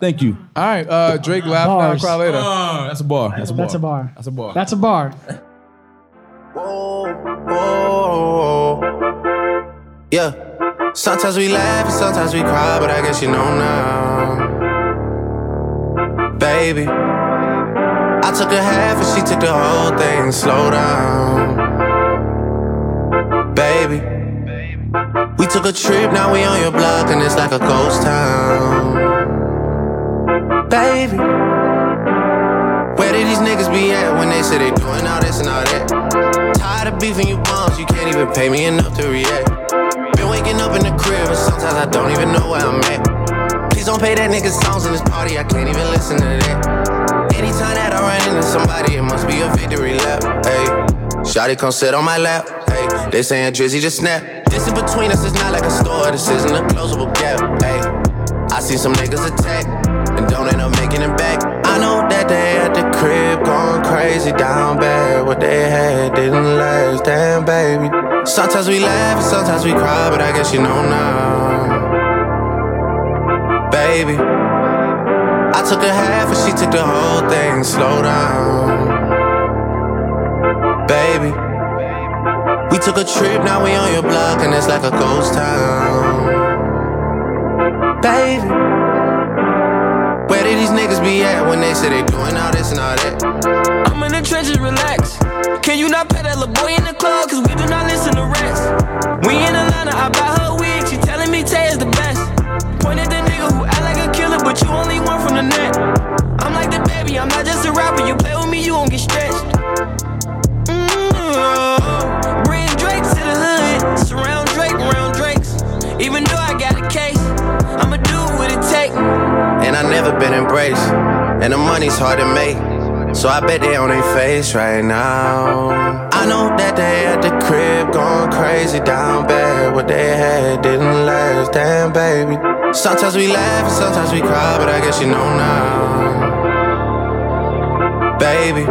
Thank you. All right, uh, Drake laugh now, Bars. cry later. Ah, that's a bar. That's a bar. That's a bar. That's a bar. That's a bar. Yeah. Sometimes we laugh, and sometimes we cry, but I guess you know now. Baby. I took a half and she took the whole thing. Slow down. Baby. We took a trip, now we on your block, and it's like a ghost town. Baby. Where did these niggas be at when they say they doing all this and all that? Tired of beefing you bums, you can't even pay me enough to react. Been waking up in the crib, and sometimes I don't even know where I'm at. Please don't play that nigga songs in this party, I can't even listen to that. Anytime that I run into somebody, it must be a victory lap. Hey, Shotty come sit on my lap. Hey, they saying Drizzy just snap. This in between us, it's not like a store, this isn't a closable gap. Hey, I see some niggas attack and don't end up making it back. I know that they at the crib going crazy down bad. What they had didn't last, damn baby. Sometimes we laugh and sometimes we cry, but I guess you know now, baby. I took a half and she took the whole thing. Slow down, baby. We took a trip, now we on your block and it's like a ghost town, baby. Where did these niggas be at when they say they doing all this and all that? I'm in the trenches, relax. Can you not pet that little boy in the club? Cause we do not listen to rats. We in Atlanta, I buy her wig. She telling me Tay is the best. Point at the nigga who act like a killer, but you only one from the net. I'm like the baby, I'm not just a rapper. You play with me, you won't get stretched. Mm-hmm. Bring Drake to the hood. Surround Drake, around Drakes. Even though I got a case, I'ma do what it takes. And I never been embraced, and the money's hard to make. So I bet they on their face right now. I know that they at the crib going crazy down bad. What they had didn't last, damn baby. Sometimes we laugh and sometimes we cry, but I guess you know now, baby.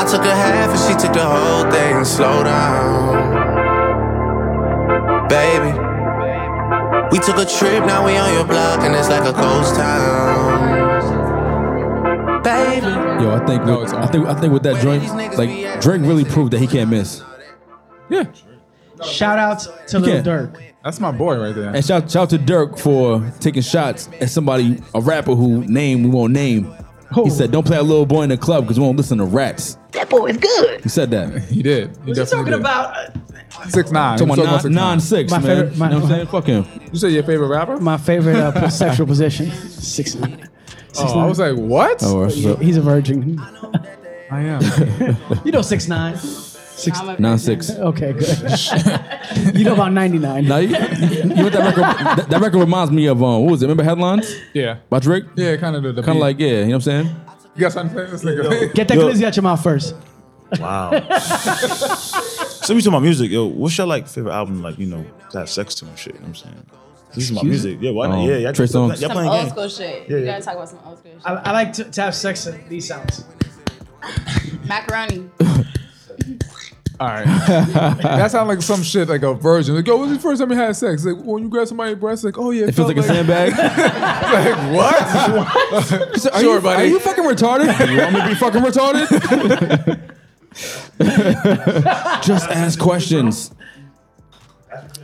I took a half and she took the whole thing. Slow down, baby. We took a trip, now we on your block, and it's like a ghost town. Baby. Yo, I think with, I think I think with that joint, like Drake really proved that he can't miss. Yeah. Shout outs to You Lil can't. Durk. That's my boy right there. And shout shout to Dirk for taking shots at somebody, a rapper who name we won't name. He said, "Don't play a little boy in the club because we won't listen to raps." That boy is good. He said that. He did. He definitely talking did. About uh, Six nine. Talking about nine- six nine six, My man. favorite- my- You know what I'm saying? Fuck him. You say your favorite rapper? My favorite uh, sexual position. Six nine. Oh, I was like, what? Oh, what's up? He's a virgin. I am. you know six nine. Six Nine six. Okay, good. you know about ninety nine. Now you, you know what that record? That, that record reminds me of um, what was it? Remember Headlines? Yeah. By Drake. Yeah, kind of the, Kind of like yeah, you know what I'm saying? You got something to say? This nigga. Get that Yo. glizzy out your mouth first. Wow. so we talking about music, yo. What's your like favorite album? Like you know, to have sex to and shit. You know what I'm saying. This is my Excuse music. Yeah, why Oh, not? Yeah, y'all, Trey Songz. y'all, y'all Some playing old games. school shit. Yeah, we yeah. gotta talk about some old school shit. I, I like to, to have sex at these sounds. Macaroni. All right. that sounds like some shit like a virgin. Like, yo, when's the first time you had sex? Like, when you grab somebody's breast, like, oh yeah, it, feels like a sandbag. like, what? Are sure, you, buddy. Are you fucking retarded? you want me to be fucking retarded? Just ask questions.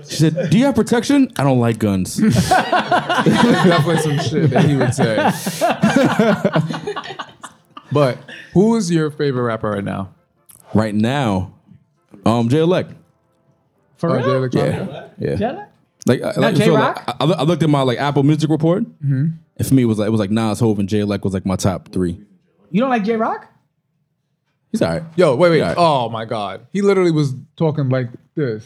She said, "Do you have protection? I don't like guns." Definitely some shit that he would say. but who is your favorite rapper right now? Right now, um, Jay Elect. For Uh, Oh, real? Jay Elect yeah, yeah. Like, I- Not like, Jay so, like, Rock? I, I looked at my like Apple Music report, Mhm. and for me, it was like it was like Nas, Hov, and Jay Elect was like my top three. You don't like J Rock? He's all right. Yo, wait, wait. All right. Oh my God. He literally was talking like this.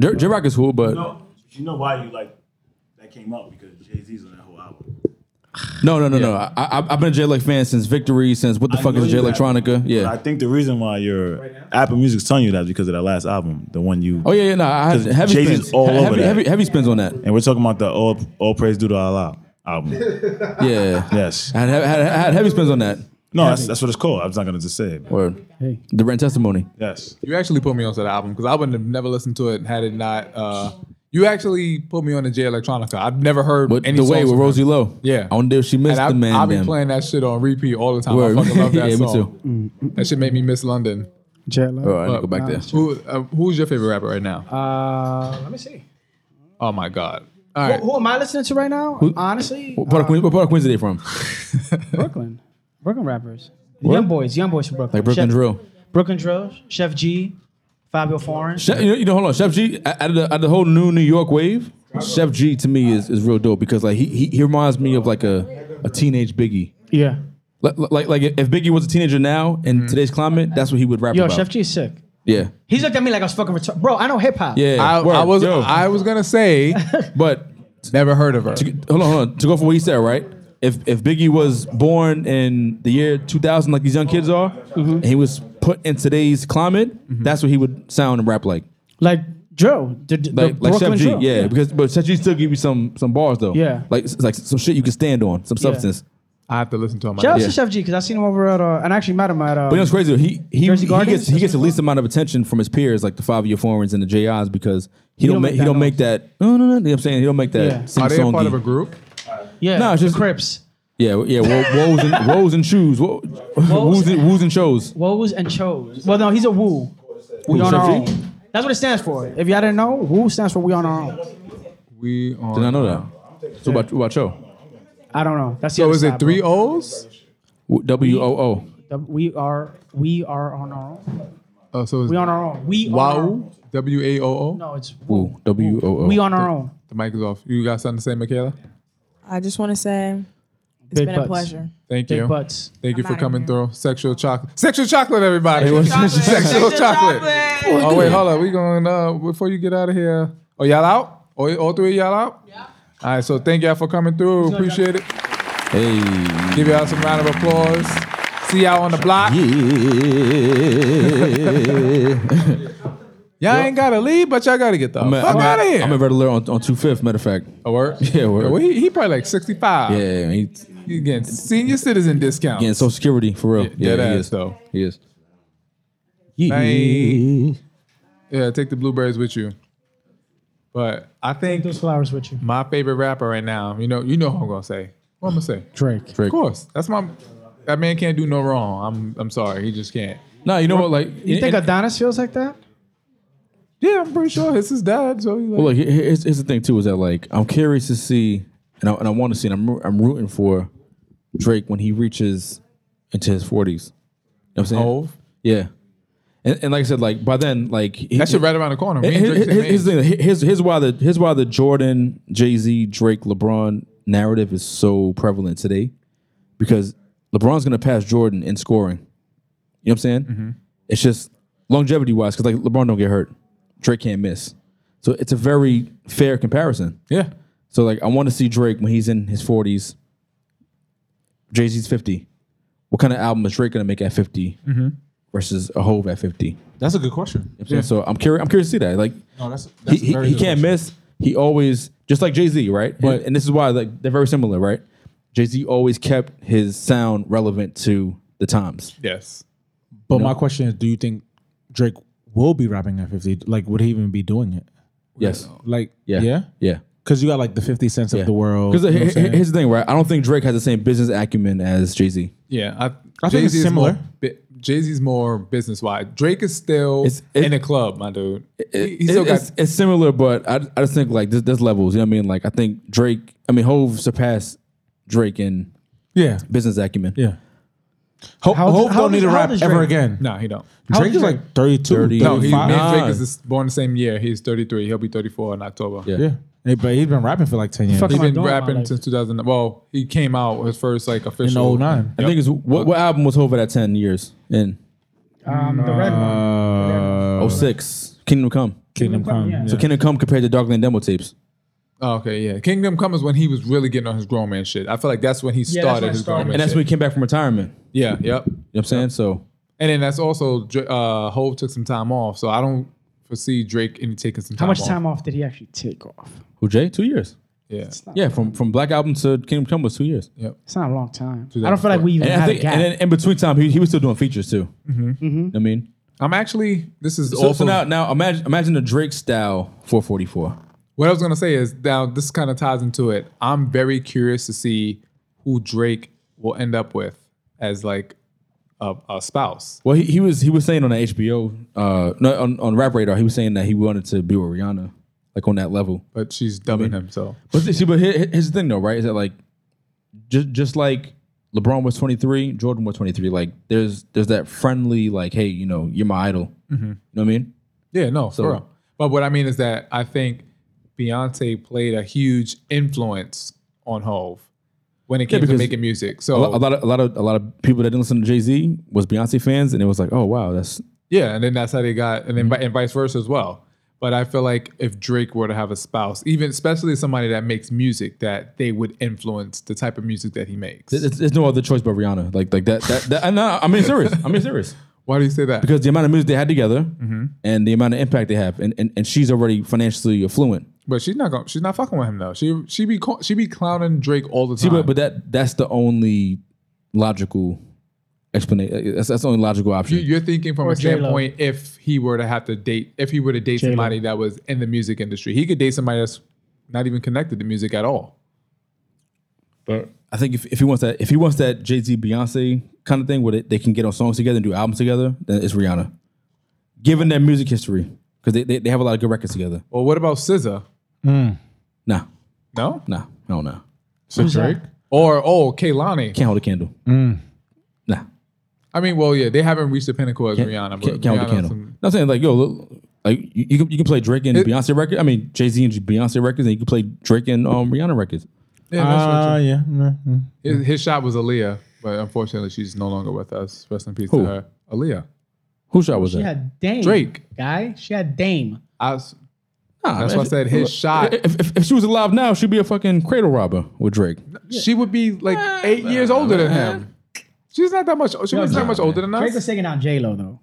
J J Rock is cool, but You know, you know why you like that came up because Jay Z's on that whole album. No, no, no, no. I, I, I've been a J Lake fan since Victory, since what the fuck know is J you have. Electronica? But Yeah. I think the reason why your Apple Music's telling you that is because of that last album, the one you. Oh yeah, yeah. No, I had 'cause heavy Jay-Z's spins. all He- over heavy, that. heavy, heavy spins on that. And we're talking about the All, all Praise Due to Allah album. Yeah. yes. I had, had, had heavy spins on that. No, that's, that's what it's called. I was not going to just say it. Word. The rent testimony. Yes. You actually put me onto the album because I wouldn't have never listened to it had it not. Uh, you actually put me on the J Electronica. I've never heard But any the way with songs from Rosie him. Lowe. Yeah. I wonder if she missed And I, the man. I've been then. playing that shit on repeat all the time. Word. I fucking love that Yeah, me song. Me too. That shit made me miss London. J Rock. All right, I need to go back there. Who, uh, who's your favorite rapper right now? Uh, let me see. Oh my god! All right, Who, who am I listening to right now? Who- Honestly, What part, of Queens, what part of Queens are they from? Brooklyn. Brooklyn rappers. What? Young boys. Young boys from Brooklyn. Like Brooklyn Chef- Drill. Brooklyn Drill. Chef G. Fabio Foreign. Chef, you, know, you know, hold on. Chef G, out out of, the, out of the whole new New York wave, Chef G to me is, is real dope because like he, he, he reminds me of like a, a teenage Biggie. Yeah. Like, like, like if Biggie was a teenager now in Mm. today's climate, that's what he would rap Yo, about. Chef G is sick. Yeah. He's looked at me like I was fucking retarded. Bro, I know hip hop. Yeah, I, word, I was yo. I was gonna say, but never heard of her. To, hold on, hold on. To go for what he said, right? If if Biggie was born in the year 2000, like these young kids are, Mm-hmm. and he was put in today's climate, Mm-hmm. that's what he would sound and rap like. Like Joe. The, the Like like Brooklyn Chef G, Drill. yeah, Because but Chef G still give you some some bars though. Yeah. Like like some shit you can stand on, some Yeah. substance. I have to listen to him. Shout out Yeah. to Chef G because I seen him over at uh, and I actually met him at uh, But you know what's crazy? though? He he, Jersey he gets Gardens? he gets the least amount of attention from his peers, like the five year forums and the JIs, because he, don't, don't make, make he that don't make that. No, no, no. You know what I'm saying? He don't make that. Yeah. sing Are they a part songy. of a group? yeah, No, it's just Crips. Yeah, yeah. Wo- woes and woes and shoes. Wo- woes and woes and shows. Woes and Chos. Well, no, he's a Woo. We Who, on Chef our G? own. That's what it stands for. If y'all didn't know, Woo stands for We on our own. We on. Did not know that. So what about what about yo? I don't know. That's the So other Oh, is it side, bro. three O's? W- W O O. The- We are we are on our own. Oh, so it's We on our own. We on our own. Wow. W A O O. No, it's Woo. W O O. we on our own. The mic is off. You got something to say, Michaela? I just want to say it's Big been butts. a pleasure. Thank Big you. butts. Thank you I'm for outta coming through. Sexual chocolate. Sexual chocolate, everybody. Sexual Sexual chocolate. chocolate. Oh wait, hold up. We going uh before you get out of here. Oh y'all out? Oh, all three of y'all out? Yeah. All right. So thank y'all for coming through. Appreciate it. Hey. Give y'all some round of applause. See y'all on the block. Yeah. Y'all ain't gotta leave, but y'all gotta get the I'm at, fuck I'm at, out of here. I'm at Red Alert on, on two fifth. Matter of fact. A word? Yeah. Word. Well, he, he probably like 65. yeah. yeah, He You getting senior citizen discount. getting Social Security for real. Yeah, Yeah. that he is is. though. He is. Bye. Yeah, take the blueberries with you. But I think those flowers with you. My favorite rapper right now, you know, you know who I'm gonna say. What I'm gonna say? Drake. Of course. That's my that man can't do no wrong. I'm I'm sorry, he just can't. No, you know what? Like You think Adonis feels like that? Yeah, I'm pretty sure it's his dad. So he like, Well, look, here- here's, here's the thing too is that like I'm curious to see, and I, and I want to see, and I'm ru- I'm rooting for Drake when he reaches into his 40s. You know what I'm saying? Hove? Yeah. And, and like I said, like by then, like he, That shit right around the corner. Me and Here- Drake's here- in here's, May. the thing. Here's- here's why the here's why the Jordan, Jay Z, Drake, LeBron narrative is so prevalent today, because LeBron's gonna pass Jordan in scoring. You know what I'm saying? It's just longevity wise, because like LeBron don't get hurt, Drake can't miss, so it's a very fair comparison. Yeah. So like, I want to see Drake when he's in his 40s. Jay Z's 50. What kind of album is Drake gonna make at 50 Mhm. versus a Hove at 50? That's a good question. You know what I'm saying? So I'm curious. I'm curious to see that. Like, No, that's- he- that's a he, very he good can't miss. He always just like Jay Z, right? But and this is why like they're very similar, right? Jay Z always kept his sound relevant to the times. Yes. But No. my question is, do you think Drake will be rapping at 50? Like, would he even be doing it? Yes. Like, Yeah. yeah. Yeah. Yeah. Because you got like the 50 cents of the world. Because you know what I'm saying? here's the thing, right? I don't think Drake has the same business acumen as Jay Z. Yeah, I, I think it's Jay-Z's similar. more bi- Jay Z's more business wide. Drake is still in the club, my dude. He- he It- still got- it's, it's similar, but I, I just think like there's, there's levels. You know what I mean? Like I think Drake, I mean Hove surpassed Drake in Yeah. business acumen. Yeah. Ho- How old- Hope how don't old need is- to how rap old is ever Drake? again. No, he don't. How old Drake is Drake? like 32, 30. No, he, me and 35. Drake is this- born the same year. He's 33. He'll be 34 in October. Yeah. Hey, but he's been rapping for like 10 years. He's been rapping since 2000. Well, he came out his first like official. 09. I think it's what, what album was Hove at ten years in? Um, the red one. Oh six, Kingdom Come. Uh, Kingdom Come, yeah. So Kingdom Come compared to Darkland demo tapes. Oh, okay, yeah. Kingdom Come is when he was really getting on his grown man shit. I feel like that's when he Yeah, that's started when it his grown started. man And that's shit. when he came back from retirement. Yeah, yep. You know what I'm saying? So And then that's also Dra- uh Hove took some time off, so I don't foresee Drake any taking some time How much off. time off did he actually take off? Who Jay? Two years. Yeah. Yeah, from from Black Album to Kingdom Come was two years. Yep. It's not a long time. I don't feel like we even and I had a think- gap. And then in between time, he, he was still doing features too. I mean, I'm actually this is Mm-hmm. so, so also- now now imagine imagine a Drake style 444. What I was gonna say is now this kind of ties into it. I'm very curious to see who Drake will end up with as like a, a spouse. Well, he, he was he was saying on the HBO, uh, no, on on Rap Radar, he was saying that he wanted to be with Rihanna, like on that level. But she's dubbing him, so. But see, but here- here's the thing though, right? Is that like, just just like LeBron was 23, Jordan was 23. Like, there's there's that friendly, like, hey, you know, you're my idol. Mhm. You know what I mean? Yeah, no, So- for real. But what I mean is that I think Beyonce played a huge influence on Hove when it Yeah, came to because making music. a So lot, a lot of a lot of a lot of people that didn't listen to Jay Z was Beyonce fans, and it was like, oh wow, that's yeah, and then that's how they got, and then Mm-hmm. vi- and vice versa as well. But I feel like if Drake were to have a spouse, even especially somebody that makes music, that they would influence the type of music that he makes. There- There's, there's no other choice but Rihanna. Like like that. That. that and I, I mean serious. I mean serious. Why do you say that? Because the amount of music they had together and the amount of impact they have, and, and and she's already financially affluent. But she's not going. She's not fucking with him though. She she be call, she be clowning Drake all the See, time. but, but that that's the only logical explanation. That's, that's the only logical option. You- You're thinking from Or a J-Lo. standpoint if he were to have to date, if he were to date J-Lo. somebody that was in the music industry, he could date somebody that's not even connected to music at all. But I think if, if he wants that if he wants that Jay Z Beyonce kind of thing where they, they can get on songs together and do albums together, then it's Rihanna. Given their music history, because they, they, they have a lot of good records together. Well, what about SZA? Nah, No, nah, no, no. So Drake or oh Kaylani. Can't hold a candle. Mm. I mean, well, yeah, they haven't reached the pinnacle as Can't- Rihanna. But can't, can't hold a Rihanna's candle. some- No, I'm saying like yo, look, like you, you can you can play Drake and Beyonce record. I mean Jay Z and Beyonce records, and you can play Drake and um Rihanna records. Yeah, that's what Ah, you- yeah. Mm, mm. his, his shot was Aaliyah, but unfortunately, she's no longer with us. Rest in peace Who? to her. Aaliyah. Whose shot was she had Dame. Drake. Guy? She had Dame. I was, that's why I said his shot. If, if, if she was alive now, she'd be a fucking cradle robber with Drake. She would be like eight years older than him. She's not that much. She wasn't that much older than Drake was us. taking out J Lo though.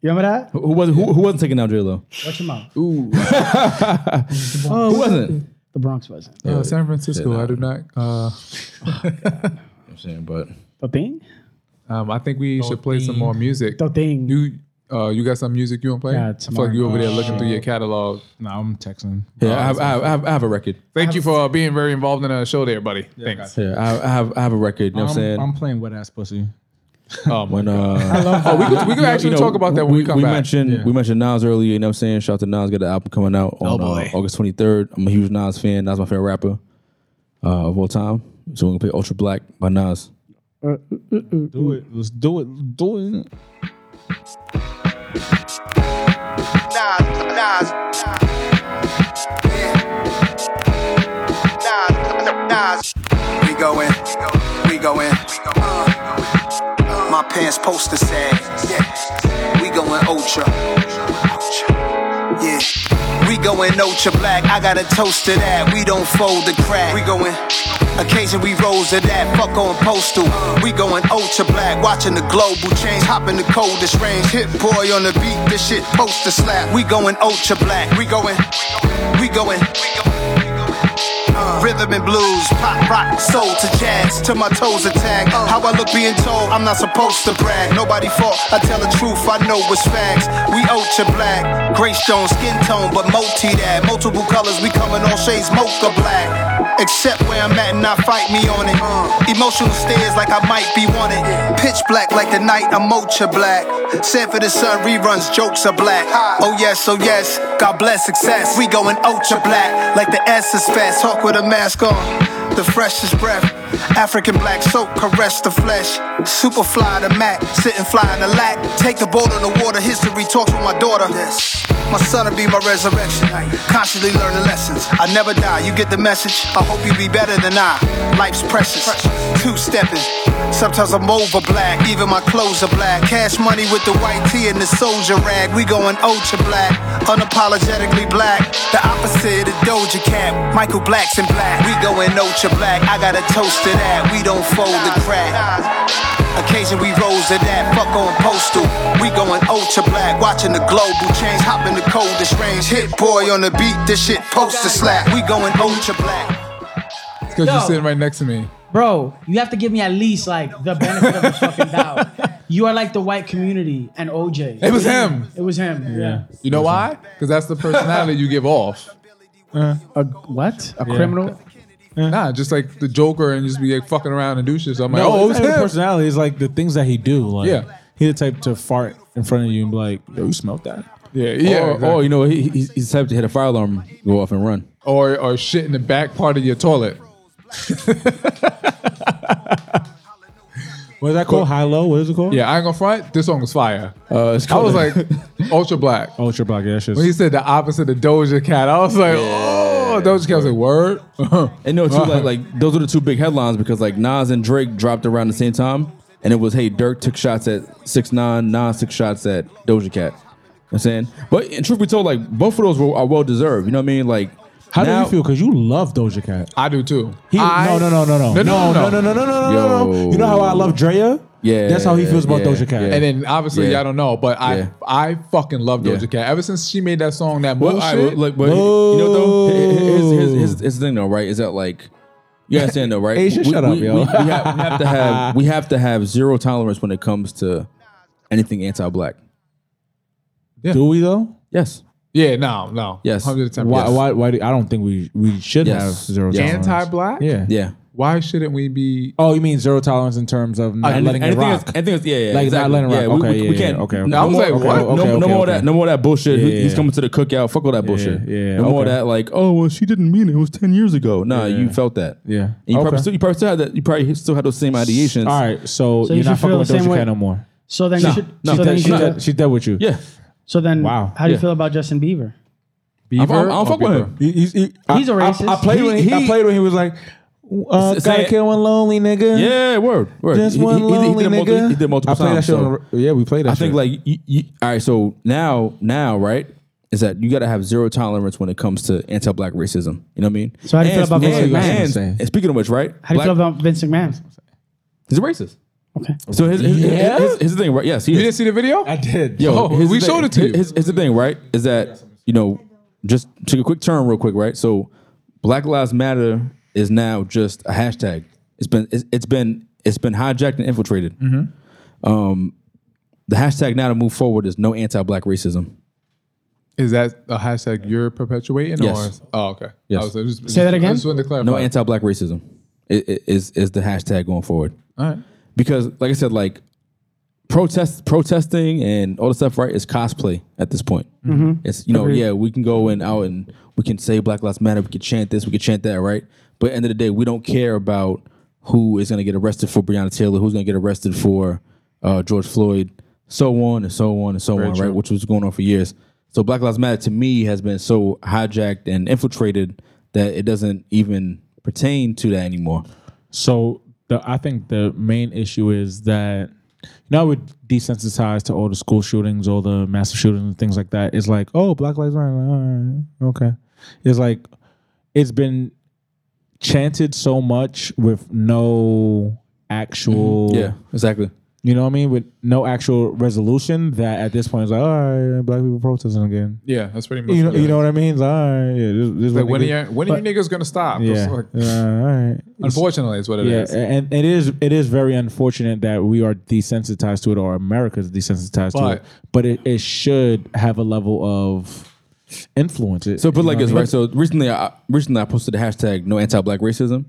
You remember that? Who, who was who, who wasn't taking out J Lo? What's your mouth? Ooh. Oh, who wasn't? The Bronx wasn't. Uh, San Francisco. I do not. Uh, I'm saying, but The thing? um, I think we should play some more music. The thing. You, uh, you got some music you want to play? Yeah, I feel like you over there looking through your catalog. No, I'm texting. Oh, Yeah, I have, I that's have, I have, I have a record. Thank you for uh, being very involved in the show, there, buddy. Thanks. Yeah, I, I have, I have a record. You know what I'm saying? playing wet ass pussy. when uh, I love that. oh, we could, we You could know- actually you know, talk about that when we- we, come we back. mentioned- we mentioned Nas earlier. You know, what I'm saying shout out to Nas. Got an album coming out on Oh, uh, August 23rd. I'm a huge Nas fan. Nas my favorite rapper uh, of all time. So we're gonna play Ultra Black by Nas. do it. Let's do it. Do it. Nas, Nas, Nas. We go in, we go in. Uh, my pants poster said, yeah. We going ultra. Yeah. We going ultra black. I got a toast to that. We don't fold the crack. We going. Occasion we rolls to that. Fuck on postal. We going ultra black. Watching the global change. Hopping the coldest range. Hit boy on the beat. This shit poster slap. We going ultra black. We going. We going. We going. Uh, Rhythm and blues, pop, rock, soul to jazz, till my toes attack. How I look being told, I'm not supposed to brag. Nobody fault, I tell the truth, I know it's facts. We ultra black, gray stone, skin tone, but multi that. Multiple colors, we coming all shades, mocha black. Except where I'm at and not fight me on it. Emotional stares like I might be wanted. Pitch black like the night, I'm ultra black. Said for the sun, reruns, jokes are black. Oh yes, oh yes, God bless success. We going ultra black, like the S is fast. Hawk with a mask on, the freshest breath. African black soap, caress the flesh. Super fly the Mac, sitting fly in the lack. Take the boat on the water, history talks with my daughter. My son'll be my resurrection. Constantly learning lessons. I never die, you get the message. I hope you be better than I. Life's precious. Two stepping. Sometimes I'm over black, even my clothes are black. Cash money with the white tee and the soldier rag. We going ultra black, unapologetically black. The opposite of Doja Cat. Michael Black's in black. We going ultra black. I got a toast to that. We don't fold the crack. Occasion we rolls to that, fuck on postal. We going ultra black, watching the global change, hopping the coldest range. Hit boy on the beat, this shit poster slap. We going ultra black. It's because Yo. you're sitting right next to me. Bro, you have to give me at least like the benefit of the fucking doubt. You are like the white community and OJ. It was him. It was him. Yeah. You know why? Because that's the personality you give off. a, what? A criminal? Nah, just like the Joker and just be like fucking around and do shit. So I'm like, no, oh, it's it's not even him. personality. It's like the things that he do. Like, Yeah. he the type to fart in front of you and be like, "Yo, you smelled that?" Yeah, Oh, Or, yeah. or you know, he, he's, he's the type to hit a fire alarm, go off and run. Or, or shit in the back part of your toilet. What is that called? High low? What is it called? Yeah, I ain't gonna front. This song was fire. Uh, it's I was called- like, ultra black. Ultra black. Yeah, that's just. When he said the opposite of Doja Cat, I was like, oh, Doja Cat. I was like, word. And no, too, like, like those are the two big headlines because like Nas and Drake dropped around the same time, and it was hey Dirk took shots at six nine, Nas took shots at Doja Cat. You know what I'm saying, but in truth be told, like both of those were, are well deserved. You know what I mean? Like, How now- do you feel? Because you love Doja Cat. I do too. He, no, no, no, no, no, no, no, no, no, no, no, no, no. You know how I love Drea? Yeah, That's how he feels about Doja Cat. And then obviously, Yeah. y'all don't know, but I Yeah. I fucking love Doja Cat. Ever since she made that song, that Well, bullshit. all right, well, like, but you know though, here's, here's, here's, here's the thing though, right? Is that like you understand though, right? Asian, shut up, we, yo. We, we, have, we have to have we have to have zero tolerance when it comes to anything anti-black. Do we though? Yes. Yeah, no, no. Yes. 100% Why? yes. Why? Why? Do, I don't think we we should Yes. have zero Yes. tolerance. Anti-black? Yeah. Yeah. Why shouldn't we be? Oh, you mean zero tolerance in terms of not anything- letting it anything rock? is- anything is- yeah, yeah, like exactly. not letting it Yeah, rock. we- okay, we- yeah, we yeah, can't- okay, okay. no, I was like, what? No- no more of that- no more of that bullshit. Yeah, He- yeah, he's yeah. coming to the cookout. Fuck all that bullshit. Yeah, yeah, no more of okay. that. Like, oh well, she didn't mean it. It was ten years ago. Nah, you felt that. Yeah. And you Okay. probably still you probably still had that. You probably still had those same ideations. All right, so, So you you're not should feel fucking with the same Doja way- Cat no more. So then No, you should. no, so then that- you no, should. that- She's dead with you. Yeah. So then, Wow. How do you Yeah. feel about Justin Bieber? Bieber? I'm- I'm fuck with him. He- He's, he- I- He's a I- racist. I, played He- when he, I he- played when he was like, uh, S- say gotta it. kill one lonely nigga. Yeah, word, word. Just one lonely did multiple- nigga. he did multiple I played times, that shit. so- on the- yeah, we played that. I think shit. like you, you, all right. So now, now, right, is that you got to have zero tolerance when it comes to anti-black racism. You know what I mean? So how do you feel about Vincent and, Mann? and, and, speaking of which, right? How do you black- feel about Vince McMahon? He's a racist. Okay. So his, his, Yeah? his, his, his thing, right? Yes, he You is. didn't see the video? I did. Yo, Oh, here's the we thing. showed it to you. Here's, here's the thing, right? Is that you know, just took a quick turn real quick, right? So, Black Lives Matter is now just a hashtag. It's been it's, it's been it's been hijacked and infiltrated. Mhm. Um, the hashtag now to move forward is no anti-black racism. Is that a hashtag you're perpetuating? Yes. Or, oh, okay. Yes. I was- I just- I just wanted to clarify. No anti-black racism i- i- is is the hashtag going forward. All right. Because, like I said, like protest protesting and all the stuff right is cosplay at this point. Mm-hmm. Mhm. It's you know Agreed. yeah we can go and out and we can say Black Lives Matter we can chant this we can chant that right but at the end of the day we don't care about who is going to get arrested for Breonna Taylor who's going to get arrested for uh, George Floyd so on and so on and so Very on true. right which was going on for years. So Black Lives Matter to me has been so hijacked and infiltrated that it doesn't even pertain to that anymore. So the I think the main issue is that you know we're desensitized to all the school shootings, all the massive shootings and things like that. It's like, oh, Black Lives Matter. like, all right, okay. It's like it's been chanted so much with no actual Mm-hmm. Mhm. Yeah, exactly. You know what I mean? With no actual resolution that at this point it's like, all right, black people protesting again. Yeah, that's pretty much You know, it. you know what I mean? It's like, all right, yeah, this, this is Like what when they are do. you, when are But- you niggas gonna stop? yeah. It's like- Uh, all right. Unfortunately, is what it is. yeah, eh. and it is it is very unfortunate that we are desensitized to it, or America's desensitized to But- it. But it, it should have a level of influence. It- So put it you like know this, what I right? So recently, I recently I posted the hashtag no anti-black racism,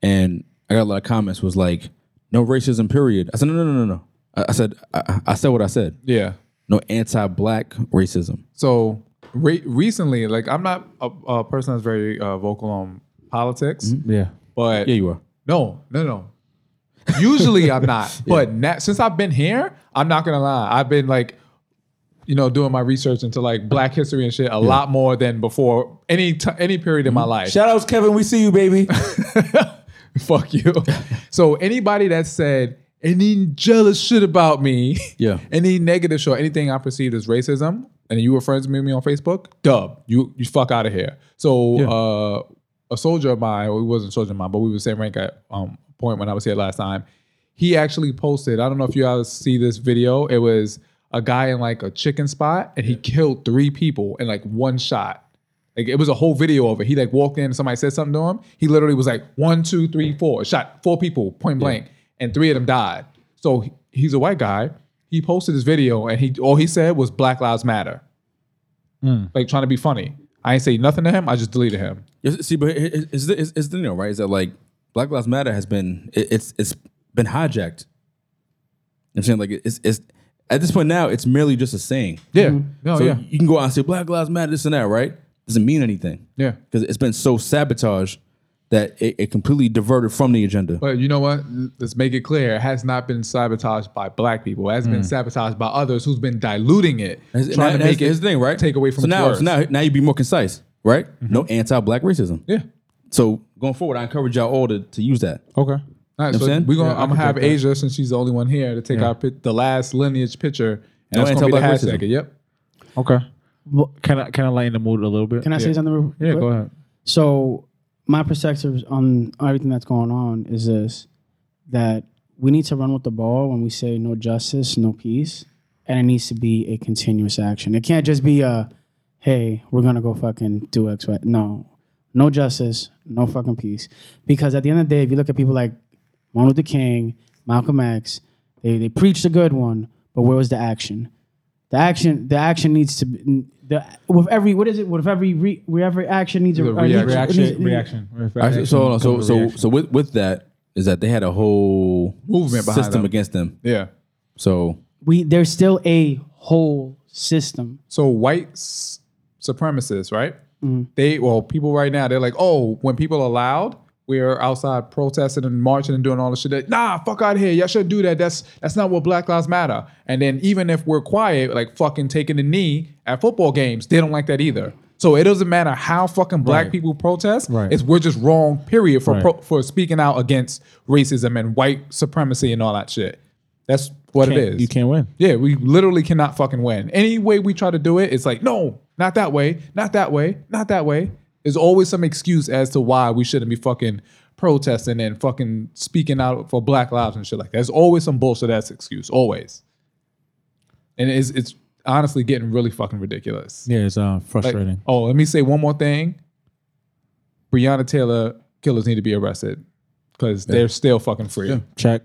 and I got a lot of comments was like no racism period. I said no no no no no. I, I said I, I- I said what I said. Yeah. No anti-black racism. So re- recently, like I'm not a, a person that's very uh, vocal on politics. Yeah. But Mm-hmm. yeah, you are. No, no, no. Usually I'm not, but na- since I've been here, I'm not gonna lie. I've been like, you know, doing my research into like Black history and shit a lot more than before any t- any period in my life. Shout outs, Kevin. We see you, baby. Fuck you. so anybody that said any jealous shit about me, Yeah. any negative shit, or anything I perceived as racism, and you were friends with me on Facebook, dub, you you fuck out of here. So uh, a soldier of mine, well, he wasn't a soldier of mine, but we were the same rank at um point when I was here last time. He actually posted. I don't know if you guys see this video. It was a guy in like a chicken spot, and he killed three people in like one shot. Like it was a whole video of it. He like walked in, and somebody said something to him. He literally was like one, two, three, four, shot four people point blank, and three of them died. So he- he's a white guy. He posted this video, and he all he said was "Black Lives Matter," Hmm. Mm. like trying to be funny. I ain't say nothing to him. I just deleted him. Yes, See, but it- it- it's the, it's, it's the deal, right? Is that like Black Lives Matter has been it, it's it's been hijacked. You know what I'm saying like it's it's at this point now it's merely just a saying. Yeah. No, so Oh, yeah. You can go out and say Black Lives Matter this and that, right? Doesn't mean anything. Yeah. Because it's been so sabotaged that it, it completely diverted from the agenda. But you know what? Let's make it clear. It has not been sabotaged by black people. It has been Mm. sabotaged by others who's been diluting it, trying to make it his thing, right? Take away from so its now, words. Mm-hmm. so now, now you be more concise, right? No anti-black racism. Yeah. So going forward, I encourage y'all all to, to use that. Okay. All right, You know so what I'm saying? we're gonna. Yeah, I I'm gonna can have take that. Asia since she's the only one here to take Yeah. our pit, the last lineage picture. And No that's gonna be the anti-black hashtag. racism. Yep. Okay. can I can I lighten the mood a little bit? Can I say something? real Yeah, quick? go ahead. So, my perspective on everything that's going on is this: that we need to run with the ball when we say no justice, no peace, and it needs to be a continuous action. It can't just be a, hey, we're gonna go fucking do X, Y. No, no justice, no fucking peace. Because at the end of the day, if you look at people like Martin Luther King, Malcolm X, they they preached a good one, but where was the action? The action, the action needs to be the with every what is it? With every re, with every action needs a The or needs- needs- All right, so- so hold on. So so so with with that is that they had a whole Movement behind system them. against them. Yeah. So We there's still a whole system. So white s- supremacists, right? Mm-hmm. They well, people right now they're like, oh, when people are loud, we're outside protesting and marching and doing all this shit. That, nah, fuck out of here. Y'all shouldn't do that. That's that's not what Black Lives Matter. And then even if we're quiet, like fucking taking the knee at football games, they don't like that either. So it doesn't matter how fucking black Right. people protest. Right. It's we're just wrong. Period for Right. pro, for speaking out against racism and white supremacy and all that shit. That's what it Can't- is. You can't win. Yeah, we literally cannot fucking win. Any way we try to do it, it's like, no, not that way, not that way, not that way. There's always some excuse as to why we shouldn't be fucking protesting and fucking speaking out for black lives and shit like that. There's always some bullshit ass excuse, always. And it's it's honestly getting really fucking ridiculous. Yeah, it's uh, Like, frustrating. oh, let me say one more thing. Breonna Taylor killers need to be arrested because they're still fucking free. Check.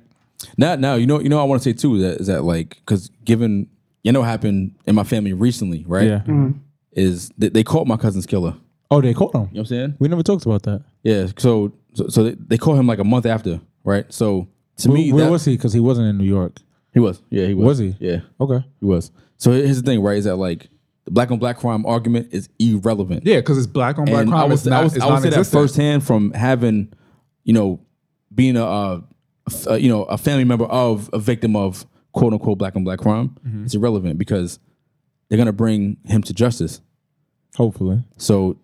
Now, now you know you know what I want to say too is that is that like because given you know what happened in my family recently, right? Yeah. Mhm. Is they, they caught my cousin's killer. oh, they caught him. You know what I'm saying? We never talked about that. Yeah. So so, so they, they caught him like a month after, right? So to Where- me, where that, was he? Because he wasn't in New York. He was. Yeah, he was. Was he? Yeah. Okay. He was. So here- here's the thing, right? Is that like the black on black crime argument is irrelevant. Yeah, because it's black on black And crime. I would, it's say- not, I would, it's I would say that non-existent. firsthand from having, you know, being a, uh, f- uh, you know, a family member of a victim of quote unquote black on black crime. Mm-hmm. Mhm. It's irrelevant because they're gonna bring him to justice. Hopefully. So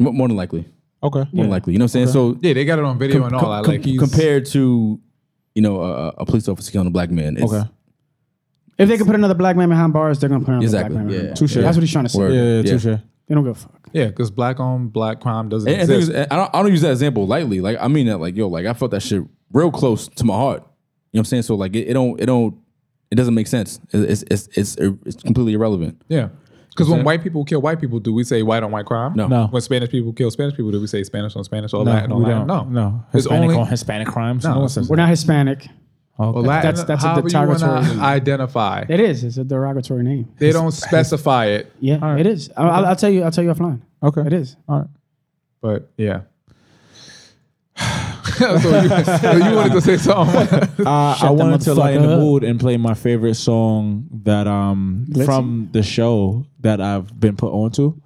mo- more than likely. Okay. More than likely. You know what I'm saying? So yeah, they got it on video com- and all. com- I com- like he's, compared to you know a, a- a police officer killing a black man. It's, Okay. If they can put another black man behind bars, they're gonna put another Exactly, black man. yeah. behind bars. Touche. That's what he's trying to say. Word. Yeah, yeah, Yeah. touche. They don't give a fuck. Yeah, because black on black crime doesn't And, and thing is, exist. I, don't, I don't use that example lightly. Like I mean that like yo, like I felt that shit real close to my heart. You know what I'm saying? So like it, it don't it don't it doesn't make sense. It- It's it's it's it's completely irrelevant. yeah, because Yeah. when white people kill white people, do we say white on white crime? No. No. When Spanish people kill Spanish people, do we say Spanish on Spanish or No, Latin on we Latin? No, don't. No. Hispanic on Hispanic crimes? No one says We're not Hispanic. Or Latin, that's that's a however you wanna derogatory. name. identify. It is. It's a derogatory name. They It's- don't specify it. Yeah, it is. I- I'll, I'll tell you. I'll tell you offline. Okay, it is. All right. But yeah. so you, so you wanted to say something? Uh, I the wanted to lighten motherfucker the up. mood and play my favorite song that um Let's from the show that I've been put onto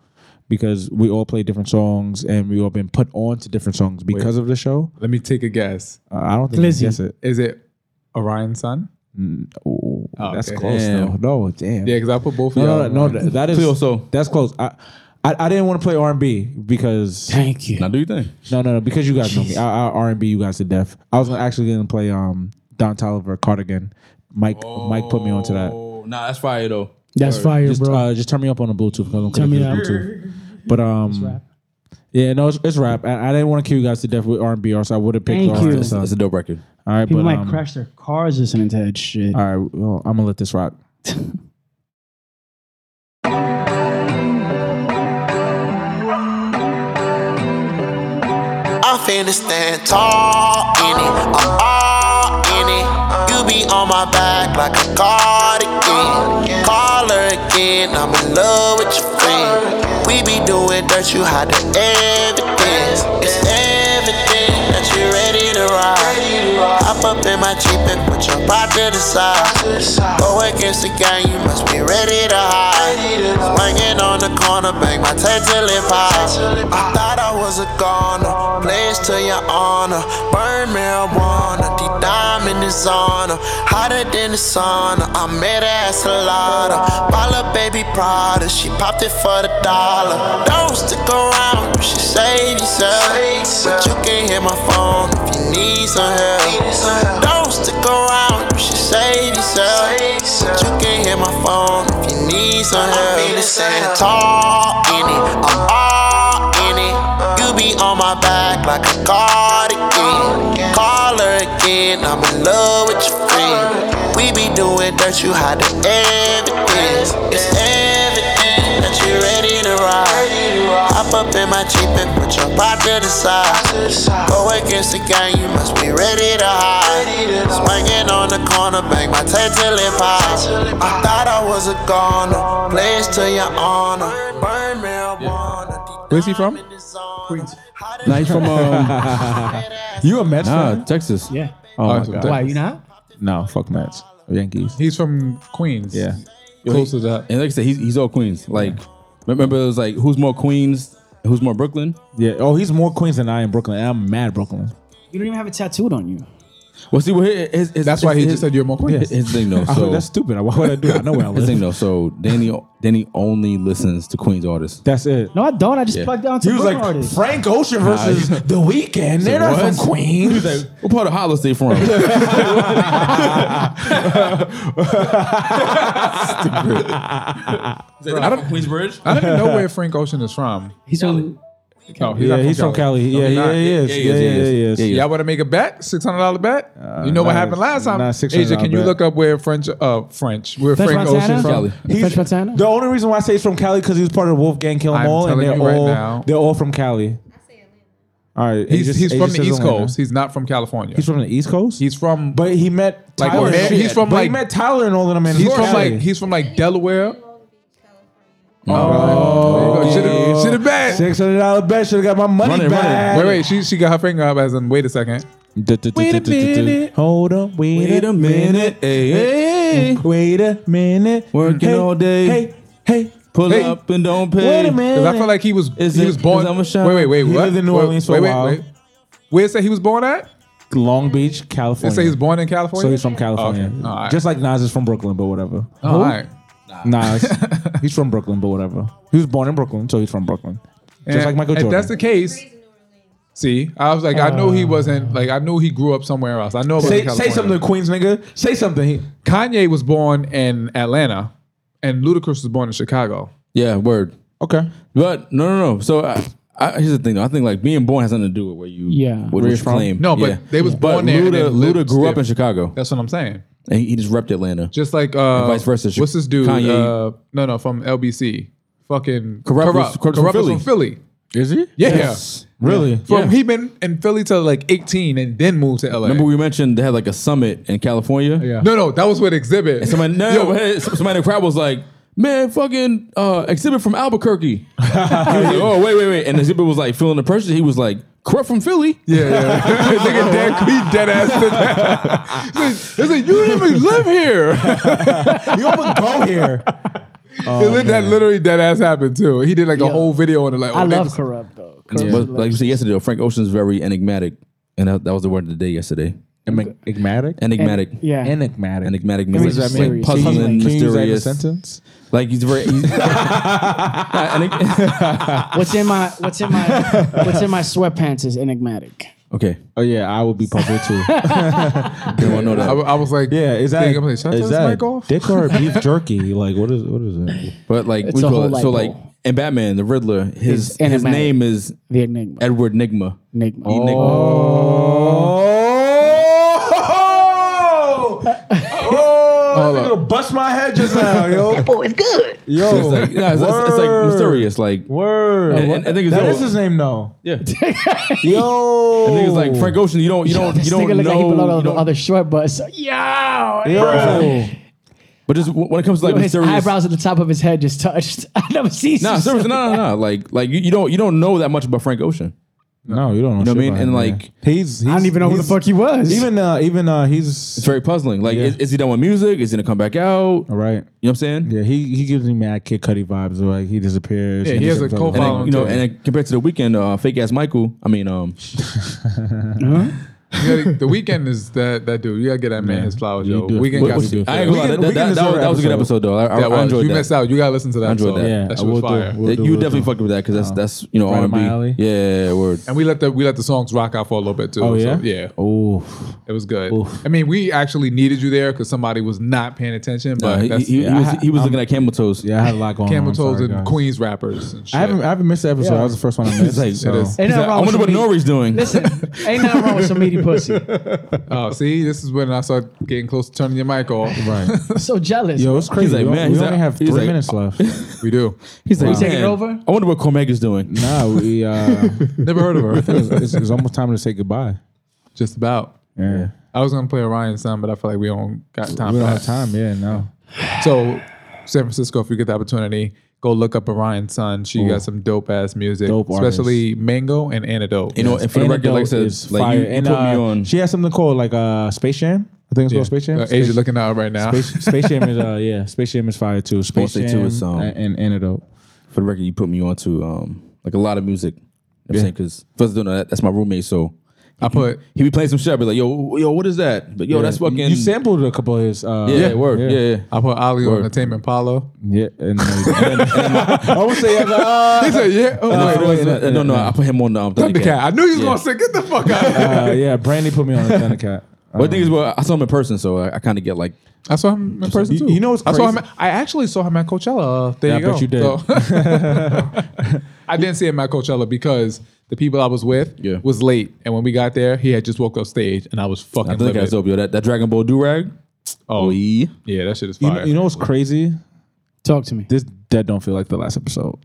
because we all play different songs and we all been put on to different songs because of the show. Let me take a guess. Uh, I don't think Lizzie. Glizzy. guess it. Is it Orion's son? Oh, that's okay. close Damn. though. No, damn. Yeah, 'cause I put both of No, y'all no, on no, mine. that- that is Cleo, that's close. I, I, I didn't want to play R and B because thank you. Now do you think? No, no, no. Because you guys know me, I, I, R and B. You guys are deaf. I was actually going to play um Don Tolliver Cardigan. Mike Mike put me onto that. Oh, nah, that's fire though. That's fire, just, bro. Uh, just turn me up on the Bluetooth because I'm Turn connected me to up. Bluetooth. But um, rap. yeah, no, it's, it's rap. I, I didn't want to kill you guys to death with R and B, or else I would have picked. Thank Lawrence you. and Son. It's a dope record. All right, People but might um, crash their cars listening to that shit. All right, well, I'm gonna let this rock. I'm finna stand tall in it, I'm all in it. You be on my back like a cardigan. Call her again, I'm in love with your friend. We be doing dirt, you hide the evidence. It's everything that you ready to ride. Hop up in my Jeep and put your pride to the side. Go against the gang, you must be ready to hide. Swinging on the corner, bang my tail till it pops. I thought I was a goner, pledge to your honor. Burn marijuana, the diamond is on her. Hotter than the sauna, I met her at Salada. Bala baby Prada, she popped it for the dollar. Don't stick around, you should save yourself. But you can hit my phone if you need some help. Don't stick around, you should save yourself. But you can hit my phone if you need some help. I'm finna stand tall in it, I'm all in it. You be on my back like a cardigan. Call her again, I'm in love with your friend. We be doing dirt, you hide the evidence. It's everything that you ready to ride. Hop up in my Jeep and put your pride to the side. Go against the gang, you must be ready to hide. Swinging on the corner, bang my tail till it pops. I thought I was a goner, pledge to your honor. Burn marijuana. Where's he from? Queens. Nah, he's from um, you a Mets nah, fan? Texas. Yeah. Oh, my God. not? No, fuck Mets. Yankees. He's from Queens. Yeah. Close to that. And like I said, he's, he's all Queens. Like remember it was like who's more Queens, who's more Brooklyn? Yeah. Oh, he's more Queens than I am Brooklyn. And I'm mad Brooklyn. You don't even have it tattooed on you. Well, see, well, his, his, his, That's why he his- just said you're more Queens. His, his thing though, I- so that's stupid. Why would I do that? I know where I His live. thing though, so Danny Danny only listens to Queens artists. That's it. No, I don't. I just Yeah. plugged down to He was Brooklyn like, artists. Frank Ocean Nah, versus you- The Weeknd. They're not from Queens. He's like, what part of Harlem they from? I don't- I don't even know where Frank Ocean is from. He's from. No, he's Yeah, not from he's from Cali. Yeah, he's yeah, not. he is. Yeah, he is, Yeah, yeah, he is. yeah, he is. Yeah, Uh, he is. Y'all want to make a bet? Six hundred dollar bet. you know what nah, happened last time? nah, Asia, $600 can you bet. look up where French, uh, French, where Frank Ocean from? He's- The only reason why I say he's from Cali because he was part of Wolfgang Kill 'Em I'm All, and telling they're you right all now. they're all from Cali. All right, He's, Aegis- he's from Aegis the is East Atlanta. Coast. He's not from California. He's from the East Coast. He's from, but he met like Tyler. Amer- he's from but like he met Tyler and all of them. in he's from Cali. like he's from like Delaware. oh, Should have bet. Six hundred dollar bet. Should have got my money back. Wait, wait. She she got her finger up as in. Wait a second. Wait a minute. Hold on. Wait, a minute. Hey, day. Wait a minute. Working Hey, all day. hey, hey. Pull Hey. up and don't pay. Wait a minute. 'Cause I feel like he was Is he it- was born. 'cause I'm a Wait, shot. wait, wait. He what? lived in New Wait, Orleans for wait, a wait, while. wait. Where's that he was born at? Long Beach, California. They say he's born in California? So he's from California. Okay. All right. Just like Nas is from Brooklyn, but whatever. Oh, all right. Nas, he's from Brooklyn, but whatever. He was born in Brooklyn, so he's from Brooklyn. Just And like Michael If Jordan. that's the case. See, I was like, I know Uh, he wasn't like I knew he grew up somewhere else. I know. About Say- say something to Queens, nigga. Say something. Kanye was born in Atlanta, and Ludacris was born in Chicago. Yeah, word. Okay. But no, no, no. So I, I, here's the thing. though. I think like being born has nothing to do with where you Yeah. where Where you you're from? claim. No, but Yeah. they was But born there and Luda, then Luda lived grew up there. in Chicago. That's what I'm saying. And he, he just repped Atlanta. Just like uh, And vice versa. What's this dude? Kanye. Uh, no, no, from LBC. Fucking Corrupt was- corrupt, Corrupt was from was from Philly. Is he? Yeah, Yes. yeah. Really? Yeah. From he been in Philly till like 18, and then moved to LA. Remember we mentioned they had like a summit in California. Yeah. No, no, that was with Exhibit. And somebody, no, Yo. hey, somebody in the crowd was like, "Man, fucking uh, Exhibit from Albuquerque." he was like, "Oh, wait, wait, wait!" And Exhibit was like feeling the pressure. He was like, "Corrupt from Philly." Yeah, yeah. nigga dead, he dead ass did that. It's like, it's like, you didn't even live here. you don't even go here. Oh, that literally dead ass happened too. He did like a whole video on it. Like, I oh, they love just- corrupt though. Yeah. But like you said yesterday, though, Frank Ocean's very enigmatic, and that, that was the word of the day yesterday. Enigmatic. Enigmatic. yeah. Enigmatic. Enigmatic Can we means just just like serious? puzzling, Can you use that in a mysterious. sentence? Like he's very. He's, What's in my what's in my what's in my sweatpants is enigmatic. okay. Oh yeah, I would be puzzled too. I know that. I, I was like, yeah, is that, thinking, I'm like, should I is turn this that mic off? dick or beef jerky? Like, what is what is that? But like, It's we a call whole it, light so bulb. like in Batman, the Riddler, his It's his enigmatic. name is the Enigma. Edward Nigma. Nigma. Oh, oh, that nigga bust my head just now, yo. Oh, it's good. Yo, So it's like, nah, it's, it's- it's like word. mysterious. Like Word. And- and I think it's that all- is his name, though. Yeah. Yo. I think it's like Frank Ocean. You don't. You don't. this You don't nigga look like he know. belong you on the don't- other short bus. Yo, Yo. But just w- when it comes to like Yo, his mysterious. eyebrows at the top of his head just touched. I never seen. Nah, some seriously, shit no, no, like that. no. Like, like you, you don't, you don't know that much about Frank Ocean. No, you don't know. You know what I shit mean? about And him, like, yeah. he's, I don't even know who the fuck he was. Even uh, even uh, he's it's very puzzling. Like, is, is he done with music? Is he gonna come back out? All right. You know what I'm saying? Yeah, he he gives me mad Kid Cudi vibes. Like he disappears. and just- And then, You know, and then compared to the weekend, uh, fake ass Michael. I mean, um, You gotta- the weekend is that that dude. You gotta get that man his flowers, yo. do. Weekend What- got what's- to do. I ain't gonna lie, that- that- that was- that was a good episode, though. I- I- I That was. enjoyed You that. missed out. You gotta listen to that. I enjoyed episode. that. That shit was fire. you definitely fuck with that because that's that's you know Oh. Right R up and B. my alley. Yeah, yeah, yeah, word. And we let the we let the songs rock out for a little bit too. Oh, yeah? so, yeah. it was good. I mean, we actually needed you there because somebody was not paying attention. Nah, But he, that's- he, Oh, he was, he was looking at camel toes. Yeah, I had a lot going Camel on. toes Sorry, and guys. Queens rappers. And shit. I haven't I haven't missed the episode. Yeah. That was the first one I It's missed. like- so. it is. Ain't nothing wrong with some meaty- Listen, ain't nothing wrong with some meaty pussy. oh, see, this is when I start getting close to turning your mic off. Right. I'm so jealous. Yo, it's crazy. crazy. like, we man, we he's only like- have he's three like- minutes left. we do. He's like, Wow. Taking "Man, over?" I wonder what Cormeg is doing. Nah, we uh, Never heard of her. I think it's, it's- it's almost time to say goodbye. Just about. Yeah. I was gonna play Orion's son, but I feel like we don't got time. we for don't have that. time. Yeah, no. So, San Francisco, if you get the opportunity, go look up Orion's son. She Ooh. got some dope ass music, Dope especially Mango and Antidote. You know, and for the record, like I Antidote said, is like fire. you, you And, put me uh, on. She has something called like uh, Space Jam. I think it's Yeah. called Space Jam. Uh, Asia Space- looking out right now. Space, Space Jam is uh, yeah. Space Jam is fire too. Space Space Jam Two is um, a- and Antidote. For the record, you put me on to um, like a lot of music. You know what I'm saying because first don't know that, that's my roommate, so I put he be playing some shit. I be like, yo, yo, what is that? But yo, Yeah. that's fucking. You sampled a couple of his. Uh, Yeah, word. Yeah, yeah. I put Ali Word. on the Tame Impala. Yeah, and, I would say uh, he said, "Yeah." Oh, No, wait, no, wait, no, no, no, I put him on the um, Thundercat. Thundercat. I knew you was Yeah. gonna say, "Get the fuck out." of here. uh, yeah, Brandy put me on a Thundercat. But the thing is, well, I saw him in person, so I, I kind of get like. I saw him in person You- too. you know what's I saw him. crazy? I actually saw him at Coachella. Uh, There Yeah, you I go. bet you did. So- I didn't see him at Coachella because the people I was with was late, and when we got there, he had just walked off stage, and I was fucking. I think livid. that's dope, yo. That, that Dragon Ball do rag. Oh yeah, yeah, that shit is You fire. know, you know what's crazy? Talk to me. This that don't feel like the last episode.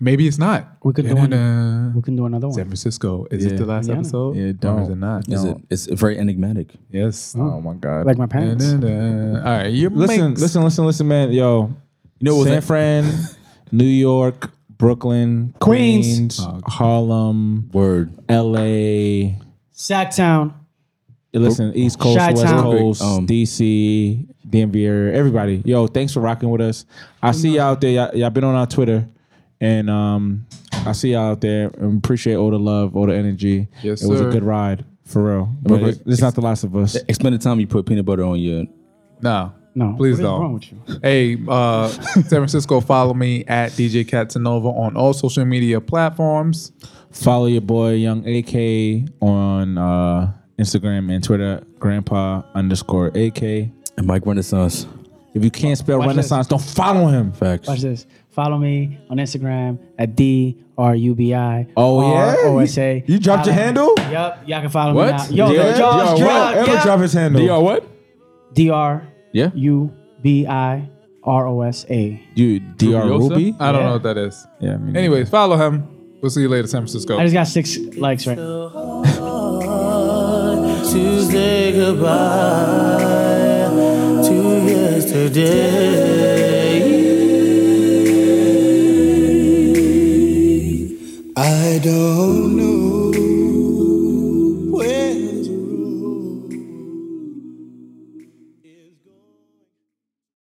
Maybe it's not. We could do one. We can do another one. San Francisco. Is Yeah. it the last Indiana. episode? Yeah, Or is don't. it not? Is it? It's very enigmatic. Yes. Oh my god. Like my parents. All right, you listen, makes- listen, listen, listen, man. Yo, you know what was San that- Fran, New York, Brooklyn, Queens. Queens, Oh, Harlem, word, L.A. Sacktown. Listen, East Coast, West Um, Chi-town. Coast, DC, DMV area, everybody. Yo, thanks for rocking with us. I see y'all out there. Y'all, y'all been on our Twitter, and um, I see y'all out there. And appreciate all the love, all the energy. Yes, it was a sir. good ride for real. Real But quick. it's, it's not the last of us. Explain the time you put peanut butter on your. No. No. Please don't. Hey, uh, San Francisco, follow me at DJ Catanova on all social media platforms. Follow your boy Young AK on uh, Instagram and Twitter, Grandpa underscore AK and Mike Renaissance. If you can't spell Watch this. Renaissance, don't follow him. Facts. Watch this. Follow me on Instagram at D R U B I. Oh, yeah? You- you dropped your handle? Yep. Y'all can follow What? me now. Yo, Yeah? yo, Josh, Yo, drop, what? Ever yeah. drop his handle. DR what? D R Yeah. U B I R O S A. You DR Ruby? I don't Yeah. know what that is. Yeah. Anyways, follow him. We'll see you later, San Francisco. I just got six likes right to say goodbye to yesterday. I don't know